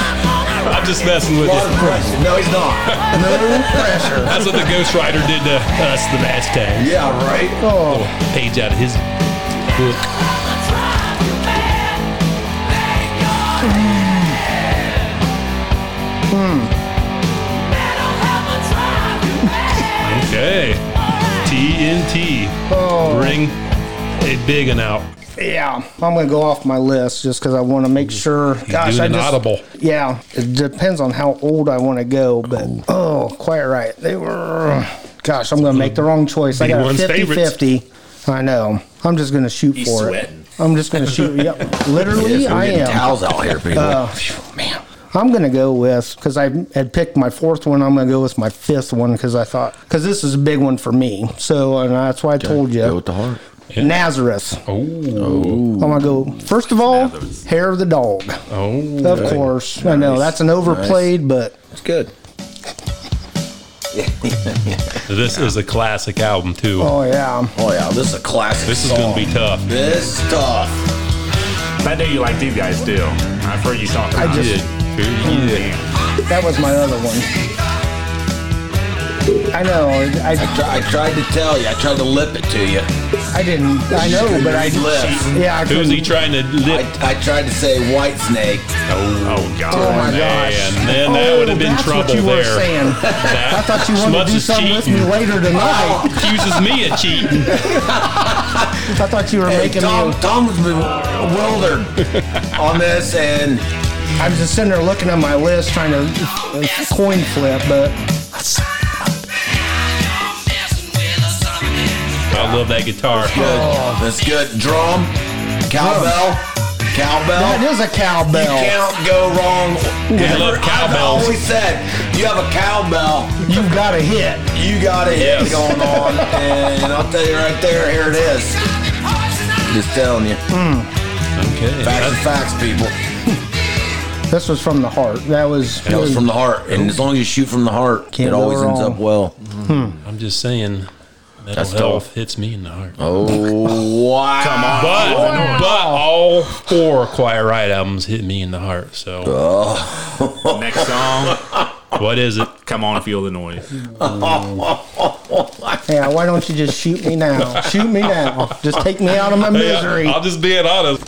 S3: I'm just messing with
S4: A lot of
S3: you.
S4: pressure. No, he's not.
S6: No pressure.
S3: That's what the Ghost Rider did to us the last time.
S4: Yeah, right.
S6: Oh,
S3: Page out of his book. Okay. TNT.
S6: Oh.
S3: Bring a big one out.
S6: yeah. I'm gonna go off my list just because I want to make sure. Gosh,
S3: doing
S6: I
S3: an
S6: just,
S3: audible.
S6: Yeah, it depends on how old I want to go, but oh, quite right. They were. Gosh, I'm gonna make the wrong choice. I
S3: Big
S6: got a
S3: one's
S6: 50
S3: favorites.
S6: 50. I know. I'm just gonna shoot
S4: He's
S6: for
S4: sweating.
S6: it. I'm just gonna shoot. Yep. Literally,
S4: Yes, we're
S6: I
S4: getting
S6: am.
S4: towels out here, people.
S6: man. I'm gonna go with because I had picked my fourth one. I'm gonna go with my fifth one because I thought because this is a big one for me. So and that's why I told you
S4: Go with the heart.
S6: Nazareth.
S3: Oh.
S6: I'm gonna go first of all, hair of the dog.
S3: Oh.
S6: Of course, I know that's an overplayed, but
S4: It's good.
S3: This is a classic album too.
S6: oh yeah,
S4: Oh yeah, this is a classic.
S3: This is gonna be tough.
S4: This is tough.
S5: I know you like these guys too. I've heard you talk about Oh,
S6: I just
S3: Yeah.
S6: that was my other one. I know, I,
S4: I, try, I tried to tell you. I tried to lip it to you.
S6: I didn't, I know, but I
S4: lip.
S6: yeah, I
S3: Who's he
S6: couldn't.
S3: trying to lip?
S4: I, I tried to say white snake.
S5: Oh God.
S6: Oh my
S3: Man,
S6: gosh!
S3: then that
S6: Oh,
S3: would have been
S6: that's
S3: trouble
S6: what you Were
S3: there.
S6: saying. I thought you wanted
S3: Smuts
S6: to do
S3: is
S6: something with
S3: cheating.
S6: me later tonight.
S3: Accuses me of cheating.
S6: I thought you were
S4: Hey,
S6: making
S4: Tom,
S6: me.
S4: Tom's been bewildered on this, and
S6: I was just sitting there looking at my list, trying to uh, coin flip, but
S3: I love that guitar.
S4: good.
S3: Oh.
S4: That's uh, good. Drum, cowbell, cowbell.
S6: that is a
S4: You
S6: cowbell.
S4: can't go wrong.
S3: I love
S4: I've
S3: cowbells.
S4: always said you have a cowbell,
S6: You've got a hit.
S4: you got a hit
S3: Yes.
S4: going on, and I'll tell you right there, here it is. Just telling you,
S6: Oh.
S3: Okay.
S4: facts are facts, people.
S6: This was from the heart. That was.
S4: That was from the heart, and as long as you shoot from the heart,
S6: Can't
S4: it
S6: go
S4: always ends
S6: wrong.
S4: up well.
S3: I'm just saying, mental
S4: That's
S3: health
S4: tough.
S3: hits me in the heart.
S4: Oh wow! Come on.
S3: But but all four Quiet Riot albums hit me in the heart. So
S5: Next song.
S3: what is it?
S5: Come on, feel the noise.
S6: Yeah. Why don't you just shoot me now? Shoot me now. Just take me out of my misery.
S3: I'll just being honest.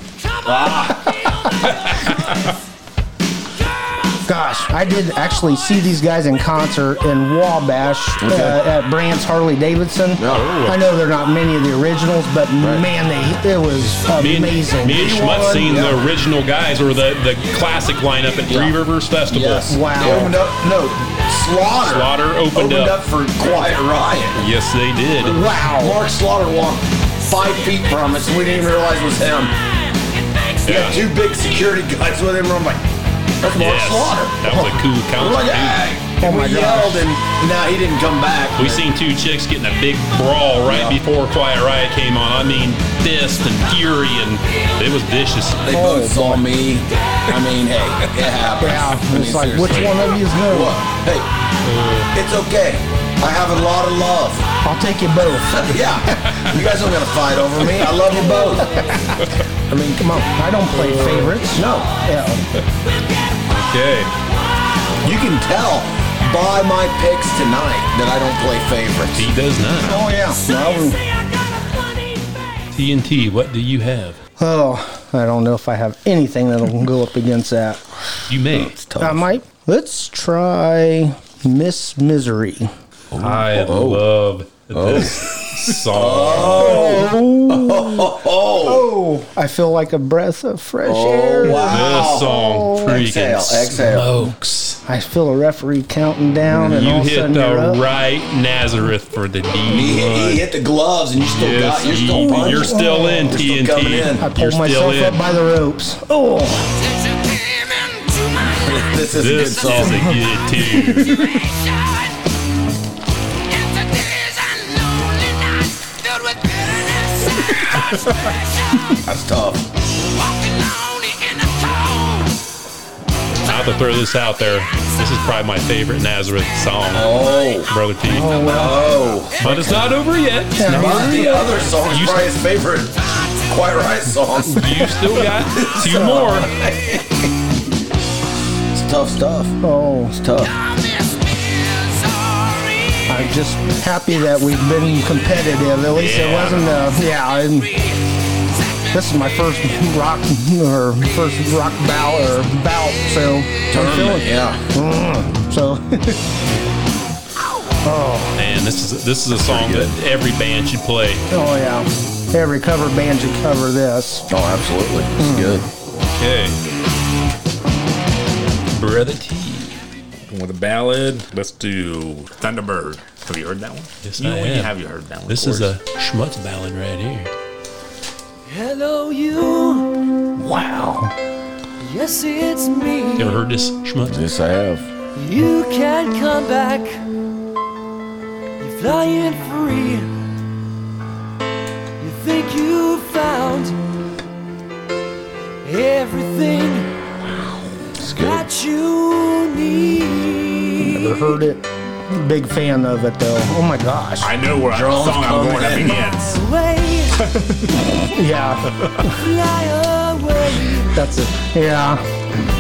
S6: Gosh, I did actually see these guys in concert in Wabash uh, at Brandt's Harley Davidson. I know they're not many of the originals, but man, they it was
S3: Me and,
S6: amazing.
S3: me and Schmutz seen the original guys or the, the classic lineup at Three Rivers Festival.
S4: Yes.
S6: Wow.
S4: They opened up. No. Slaughter.
S3: Slaughter opened up.
S4: for Quiet Riot.
S3: Yes, they did.
S4: Wow. Mark Slaughter walked five feet from us. We didn't even realize it was him. He
S3: Yeah.
S4: had two big security guys with him. I'm like, that's Mark
S3: Yes.
S4: Slaughter.
S3: That was a cool
S4: I'm like,
S3: concert.
S4: hey.
S6: Oh
S4: And we
S6: my gosh.
S4: yelled, and now he didn't come back.
S3: We seen two chicks getting a big brawl right
S4: Yeah.
S3: before Quiet Riot came on. I mean, fist and fury, and it was vicious.
S4: They both saw me. I mean, hey, it happens.
S6: Oh, Yeah,
S4: I mean,
S6: it's like which
S4: seriously.
S6: one of you is good?
S4: Look, hey, it's okay. I have a lot of love.
S6: I'll take you both.
S4: Yeah, you guys don't gotta fight over me. I love you both.
S6: I mean, come on, I don't play favorites.
S4: No,
S6: Yeah.
S3: Okay.
S4: you can tell by my picks tonight that I don't play favorites.
S3: He does not.
S6: Oh yeah. No.
S3: TNT, what do you have?
S6: Oh, I don't know if I have anything that'll go up against that.
S3: You may.
S6: I might. Let's try Miss Misery.
S3: I
S4: Oh.
S3: love this song.
S6: Oh, I feel like a breath of fresh
S3: Oh,
S6: air.
S3: This song freaking
S4: Exhale, exhale.
S3: smokes.
S6: I feel a referee counting down, and all
S3: You
S6: of a
S3: hit
S6: sudden
S3: the
S6: you're up.
S3: right Nazareth for the
S4: He, he
S3: D1.
S4: hit the gloves, and you still
S3: Yes,
S4: got. You're still
S3: you-
S4: punching.
S3: you're still in,
S4: You're still coming in. I
S3: TNT.
S6: I
S3: You're
S6: pulled
S3: still
S6: myself up
S3: in.
S6: by the ropes. Oh,
S4: This is
S3: This
S4: a good
S3: is
S4: song.
S3: a good tune.
S4: That's tough.
S3: I have to throw this out there. This is probably my favorite Nazareth song,
S4: Oh,
S3: Brother T.
S4: oh.
S3: But it's not over yet.
S4: But the other song is
S3: You-
S4: probably his favorite. Quite right song.
S3: You still got two more.
S4: It's tough stuff.
S6: oh!
S4: It's tough.
S6: I'm just happy that we've been competitive. At least it
S3: Yeah.
S6: wasn't a yeah. I'm, this is my first rock or first rock bout or bout, so I'm
S4: Tournament,
S6: feeling
S4: yeah.
S6: so.
S3: Man, this is this is a song that every band should play.
S6: oh yeah, every cover band should cover this.
S4: Oh, absolutely. It's good.
S3: Okay. Brother T.
S5: With a ballad, let's do Thunderbird. Have you heard that one?
S3: Yes,
S5: you,
S3: I
S5: you
S3: have.
S5: Have you heard that one?
S3: This
S5: of
S3: is
S5: course.
S3: a schmutz ballad right here.
S7: Hello, you.
S4: Wow.
S7: Yes, it's me.
S3: You ever heard this schmutz?
S4: Yes, I have.
S7: You can't come back. You're flying free. You think
S6: heard it. Big fan of it though. Oh my gosh.
S5: I know where
S6: Drums
S5: song I'm
S6: coming
S5: going up
S6: in.
S5: against.
S6: Yeah. That's it. Yeah.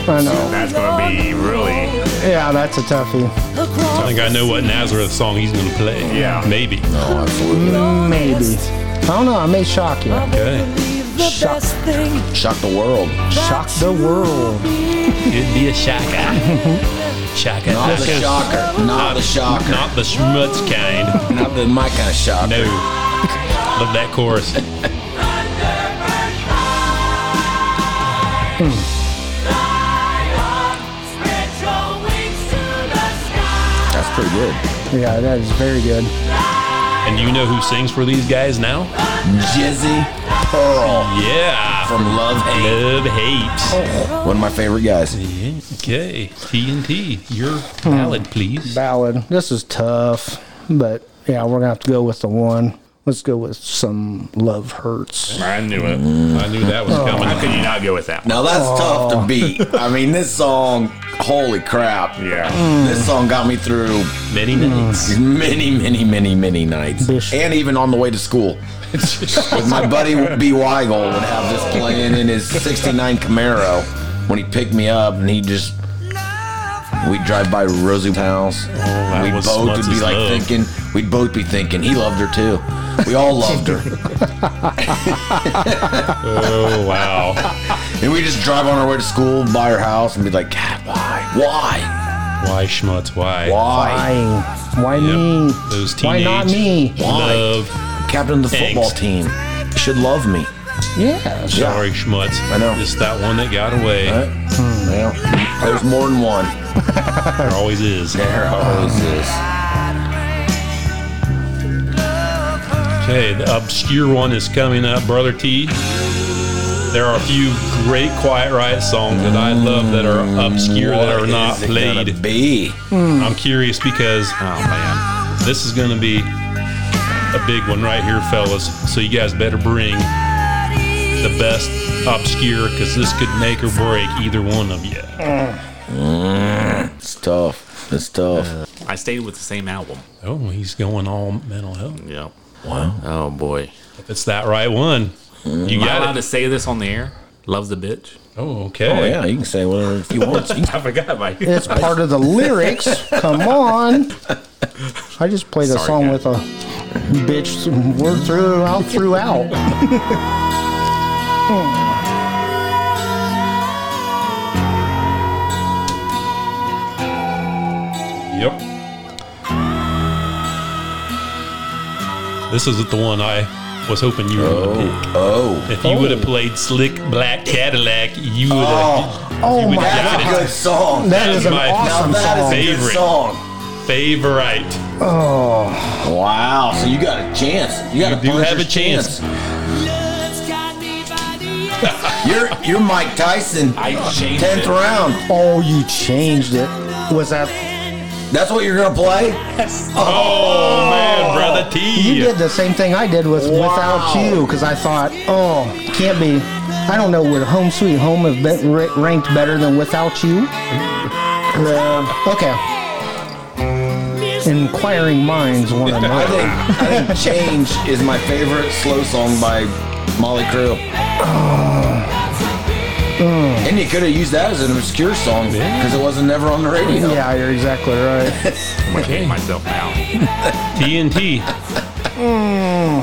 S6: I know.
S5: That's gonna be really.
S6: Yeah, that's a toughie.
S3: I think I know what Nazareth song he's going to play. Yeah. Maybe. No,
S6: Maybe. I don't know. I may shock you.
S3: Okay.
S6: Shock.
S4: Shock the world.
S6: Shock the world.
S3: It'd be a shaka. Shaka.
S4: Not the shocker. Not the shocker.
S3: Not the schmutz kind.
S4: Not the my kind of shocker.
S3: No. Love that chorus.
S4: That's pretty good.
S6: Yeah, that is very good.
S3: And you know who sings for these guys now?
S4: Jizzy Pearl
S3: Yeah.
S4: from Love Hate.
S3: Love
S4: Oh.
S3: Hate.
S4: One of my favorite guys.
S3: Okay. TNT, your ballad, please.
S6: Ballad. This is tough, but yeah, we're gonna have to go with the one. Let's go with some love hurts.
S5: I knew it.
S3: I knew that
S4: Oh.
S3: was
S5: How
S3: coming.
S5: could you not go with that? one?
S4: Now that's tough to beat. I mean, this song, holy crap.
S5: Yeah.
S4: This song got me through
S3: Many nights.
S4: many, many, many, many nights.
S6: Bish.
S4: And even on the way to school. With my buddy B. Weigel would have this playing in his 69 Camaro when he picked me up and he just. We'd drive by Rosie's house. we
S3: was
S4: both would be
S3: Smuts'
S4: like
S3: love.
S4: thinking, we'd both be thinking, he loved her too. We all loved her.
S3: Oh, wow.
S4: and we just drive on our way to school, buy her house, and be like, God, why? Why?
S3: Why schmutz? Why?
S4: Why?
S6: Why? Why
S3: Yep.
S6: me?
S3: Those teenage
S6: Why not me?
S3: Love.
S4: Captain of the
S3: Angst.
S4: football team should love me.
S6: Yeah.
S3: Sorry, schmutz.
S4: I know.
S3: It's that one that got away.
S4: Right? Well, there's more than one.
S3: There always is.
S4: There always is.
S3: Okay, the obscure one is coming up, Brother T. There are a few great Quiet Riot songs that I love that are obscure that are
S4: What
S3: not
S4: is it gonna
S3: played.
S4: Be
S3: I'm curious because oh man, this is going to be a big one right here, fellas. So you guys better bring the best obscure because this could make or break either one of you.
S4: it's tough. It's tough.
S3: Uh,
S5: I stayed with the same album.
S3: Oh, he's going all mental health.
S5: Yeah. Wow. Oh boy.
S3: If it's that right one, you
S5: Am I allowed
S3: got
S5: to
S3: it.
S5: say this on the air? Loves the bitch.
S3: Oh, okay.
S4: Oh yeah, you can say whatever if you want. You
S5: I forgot about you.
S6: It's part of the lyrics. Come on. I just played a
S5: Sorry,
S6: song with
S5: guys.
S6: a bitch word throughout throughout.
S3: Yep. This isn't the one I was hoping you were going to
S4: can- oh,
S3: pick. If you would have played Slick Black Cadillac, you would have.
S6: Oh my
S4: that's a
S3: got
S4: good
S3: it.
S4: song.
S6: That
S3: That's
S6: is an
S3: my-
S6: awesome
S4: now that is
S6: song.
S4: a good
S3: Favorite.
S4: song.
S3: Favorite.
S4: Wow, so you got a chance. You got a
S3: do
S4: puncher's
S3: have a chance.
S4: You're you're Mike Tyson.
S5: I changed
S4: Tenth
S5: it.
S4: round.
S6: Oh, you changed it. Was that
S4: That's what you're gonna play.
S3: Oh, man, brother T.
S6: you did the same thing I did with without you? Because I thought, oh, can't be. I don't know. Would Home Sweet Home have been ra- ranked better than Without You? Uh, okay. Inquiring minds want to
S4: I
S6: know.
S4: think I think Change is my favorite slow song by Molly Crew. And you could have used that as an obscure song because it wasn't never on the radio.
S6: Yeah, you're exactly right.
S5: I'm gonna hate myself now.
S3: TNT.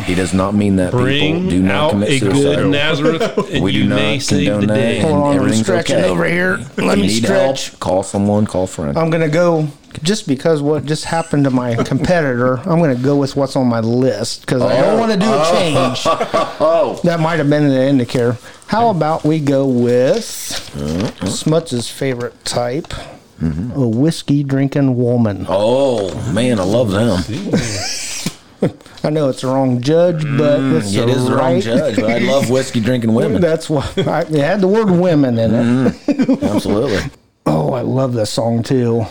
S4: He does not mean that
S3: Bring
S4: people do not
S3: out
S4: commit
S3: a good
S4: suicide.
S3: Nazareth, and
S4: We do
S3: you may
S4: not
S3: save the
S4: condone that.
S3: day.
S6: Hold on, I'm
S4: everything's
S6: stretching
S4: okay.
S6: over here. Let
S4: If you
S6: me
S4: need
S6: stretch.
S4: help, call someone, call a friend.
S6: I'm gonna go just because what just happened to my competitor. I'm gonna go with what's on my list because I don't
S4: Oh.
S6: want to do a change. That might have been an indicator. How
S4: Hmm.
S6: about we go with Smutz's favorite type,
S4: Mm-hmm.
S6: a whiskey drinking woman.
S4: oh man, I love them.
S6: I know it's the wrong judge, but it's
S4: Mm, It
S6: the
S4: is the
S6: right.
S4: wrong judge, but I love whiskey drinking women.
S6: That's why I, it had the word women in it.
S4: Mm-hmm. Absolutely.
S6: Oh, I love this song too.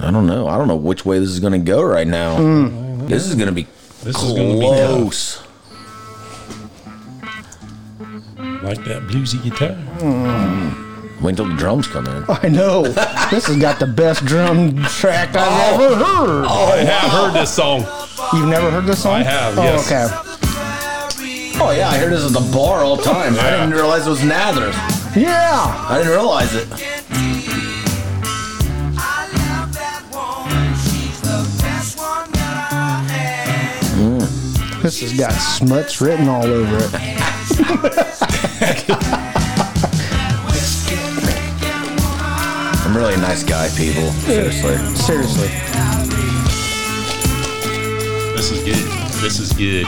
S4: I don't know. I don't know which way this is going to go right now. This is going to be
S3: This is gonna be tough.
S4: close.
S3: Like that bluesy guitar.
S4: Wait until the drums come in.
S6: I know. this has got the best drum track I've ever heard.
S3: I have heard this song.
S6: You've never heard this song?
S3: I have,
S6: Oh,
S3: yes.
S6: okay.
S4: Oh yeah, I heard this at the bar all the time. I didn't realize it was Nather.
S6: Yeah.
S4: I didn't realize it.
S6: This has got smuts written all over it.
S4: I'm really a nice guy, people. Seriously.
S6: Seriously.
S3: This is good. This is good.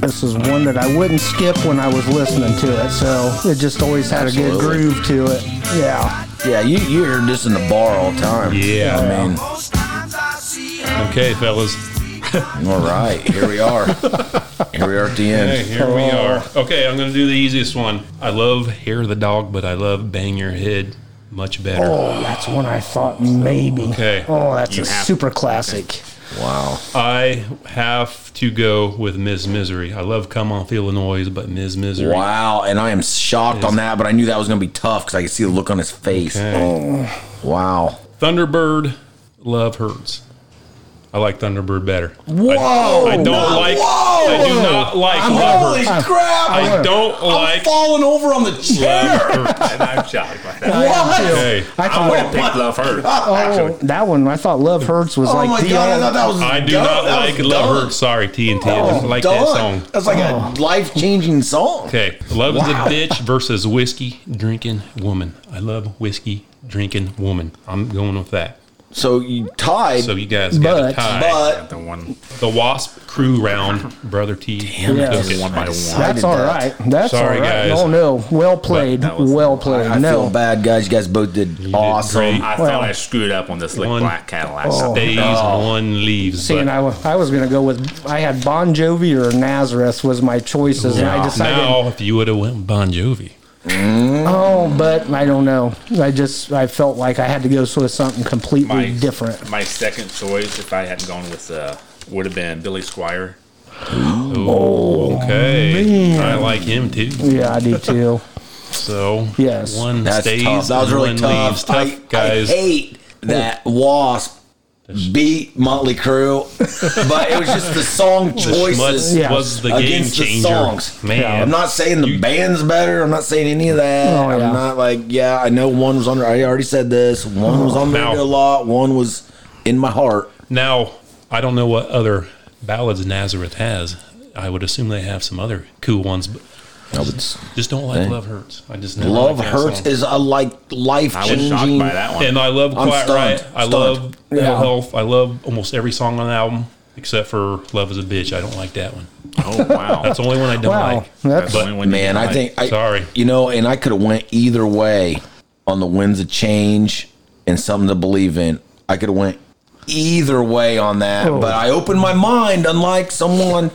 S6: This is one that I wouldn't skip when I was listening to it, so it just always had a good
S4: Absolutely.
S6: groove to it. Yeah.
S4: Yeah, you you heard this in the bar all the time.
S3: Yeah.
S4: I mean,
S3: Okay, fellas.
S4: all right, here we are. here we are at the end.
S3: Hey, here we are. Okay, I'm gonna do the easiest one. I love hair the dog, but I love bang your head much better.
S6: Oh, that's one I thought maybe.
S3: Okay.
S6: Oh, that's
S5: You
S6: a
S5: have-
S6: super classic.
S4: Wow.
S3: I have to go with Ms. Misery. I love Come Off Illinois, but Ms. Misery.
S4: Wow, and I am shocked on that, but I knew that was gonna be tough because I could see the look on his face. Oh, wow.
S3: Thunderbird, Love Hurts. I like Thunderbird better. Whoa! I, don't like. I do not like Love Hurts.
S4: crap!
S3: I don't like
S4: falling over on the chair.
S3: Love Hurts.
S5: And I'm shocked by that.
S4: What?
S3: Okay.
S6: I
S5: I
S6: thought
S5: would have picked Love Hurt.
S6: oh, that one I thought Love Hurts was
S4: Oh
S6: like
S4: my
S6: the
S4: god! I
S6: all-
S4: thought that was.
S3: I do
S4: dumb.
S3: not
S4: That was
S3: like Love
S4: dumb.
S3: Hurts. Sorry, TNT. I
S4: Oh,
S3: don't like that
S4: dumb.
S3: song. Oh.
S4: That's like a life changing song.
S3: Okay, love
S4: Wow.
S3: is a bitch versus whiskey drinking woman. I love whiskey drinking woman. I'm going with that.
S4: So you tied.
S3: So you guys got
S6: But-
S3: a tie.
S4: but
S5: The one
S3: the Wasp crew round, brother T.
S6: Yes.
S3: took it.
S5: one by one.
S6: That's
S4: did
S6: all
S4: that.
S6: right. That's
S3: Sorry,
S6: all right.
S3: guys.
S6: Oh no, well played,
S5: that was-
S6: well played.
S4: I
S6: no,
S4: feel bad, guys. You guys both did awesome.
S3: great.
S5: I
S6: Well-
S5: thought I screwed up on this slick
S3: One.
S5: black Cadillac.
S6: Oh,
S3: Days one leaves.
S6: See, and
S3: but
S6: I, wa- I was going to go with I had Bon Jovi or Nazareth was my choices, and I decided.
S3: now, if you would have went Bon Jovi,
S6: Oh, but I don't know. I just I felt like I had to go with something completely
S5: my
S6: different.
S5: My second choice, if I hadn't gone with, uh, would have been Billy Squire.
S3: okay, I like him too.
S6: Yeah, I do too.
S3: So
S6: Yes.
S3: one
S4: That's
S3: stays,
S4: tough. That was
S3: and
S4: really
S3: one
S4: tough.
S3: leaves.
S4: I,
S3: Tough guys.
S4: I hate that Wasp beat Motley Crue, but it was just the song
S3: the schmutz
S4: choices
S6: Yeah.
S3: was the game
S4: against the
S3: changer.
S4: songs.
S3: Man,
S4: I'm not saying the band's better. I'm not saying any of that.
S6: Oh, yeah.
S4: I'm not like, yeah, I know one was on. I already said this. One was on the
S3: Now-
S4: radio a lot. One was in my heart.
S3: Now, I don't know what other ballads Nazareth has. I would assume they have some other cool ones, but
S4: I would s-
S3: just don't like
S4: Dang.
S3: Love Hurts. I just never
S4: Love
S3: liked that
S4: hurts
S3: song.
S4: is a like life
S5: I was shocked
S4: changing.
S5: by that one.
S3: and I love
S4: I'm
S3: Quiet
S4: stunned.
S3: Riot. I
S4: Stunned.
S3: love Ill
S6: Yeah.
S3: Health. I love almost every song on the album except for Love is a Bitch. I don't like that one.
S5: oh wow,
S3: That's the only one I don't
S6: Wow,
S3: like.
S6: that's
S5: the only one you
S4: Man,
S5: didn't
S4: I
S5: like.
S4: think I
S3: Sorry.
S4: You know, and I could have went either way on the winds of change and something to believe in. I could have went either way on that,
S6: Oh.
S4: but I opened my mind. Unlike someone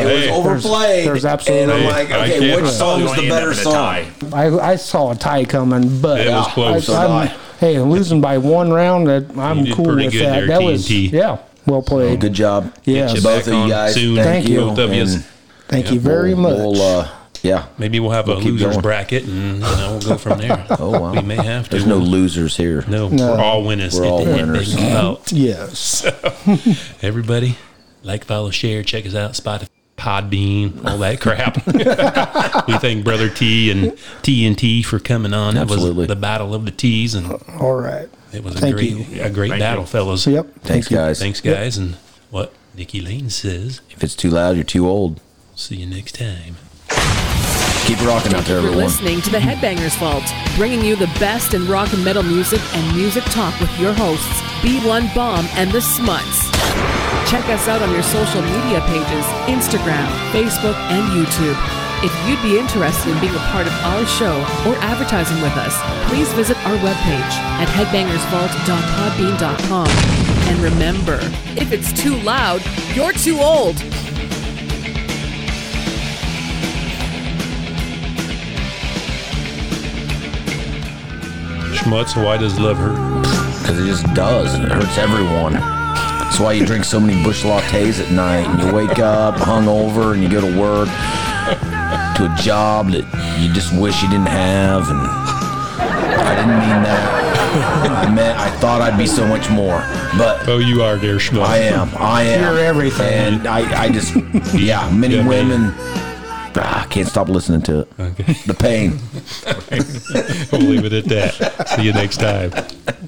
S3: Hey.
S4: it was overplayed,
S6: there's absolutely-
S4: and I'm
S3: Hey,
S4: like,
S3: I
S4: okay,
S3: can't-
S4: which
S3: I
S5: Oh,
S4: song is the better song?
S6: I, I saw a tie coming, but
S3: It was
S6: I-
S3: close.
S6: I'm-
S4: So did I.
S6: hey, losing by one round, that I'm
S3: did
S6: cool
S3: pretty
S6: with
S3: good
S6: that.
S3: there,
S6: that was
S3: TNT.
S6: yeah, well played.
S4: Good job,
S6: Yes. Get you
S4: both
S3: back
S4: of
S3: on
S4: you guys.
S3: soon.
S4: Thank,
S6: Thank
S4: you.
S6: you.
S3: Both of yous.
S4: And
S6: Thank you very much.
S4: We'll, uh, yeah.
S3: Maybe we'll have a
S4: keep
S3: losers
S4: going.
S3: bracket and you know, we'll go from there.
S4: Oh wow.
S3: We may have to.
S4: There's no losers here.
S3: No,
S6: No.
S3: we're all winners.
S4: We're
S3: at
S4: all
S3: the end,
S4: winners.
S3: baby. Oh,
S6: yes,
S3: everybody, like, follow, share, check us out, Spotify, Podbean, all that crap. we thank Brother T and TNT for coming on. It
S4: Absolutely.
S3: was the battle of the T's, and
S6: all right.
S3: it was a
S6: Thank
S3: great,
S6: you.
S3: a great
S5: Thank
S3: battle,
S5: you.
S3: fellas.
S6: Yep.
S4: Thanks,
S6: Thank you.
S4: guys.
S3: Thanks, guys, and what Nikki Lane says.
S4: If it's too loud, you're too old.
S3: See you next time.
S4: Keep rocking out there,
S1: You're
S4: everyone.
S1: listening to The Headbangers Vault, bringing you the best in rock and metal music and music talk with your hosts, B1 Bomb and The Smuts. Check us out on your social media pages Instagram, Facebook, and YouTube. If you'd be interested in being a part of our show or advertising with us, please visit our webpage at headbangersvault.podbean.com. And remember, if it's too loud, you're too old.
S3: Schmutz, why does love hurt?
S4: Because it just does. It hurts everyone. That's why you drink so many bush lattes at night and you wake up hungover and you go to work to a job that you just wish you didn't have and I didn't mean that. I meant I thought I'd be so much more. But
S3: Oh, you are, dear Schmuck.
S4: I am. I am.
S12: You're everything.
S4: And I, I just, yeah, many
S3: Yeah, man.
S4: women. Ah, I can't stop listening to it. The pain.
S3: we'll leave it at that. See you next time.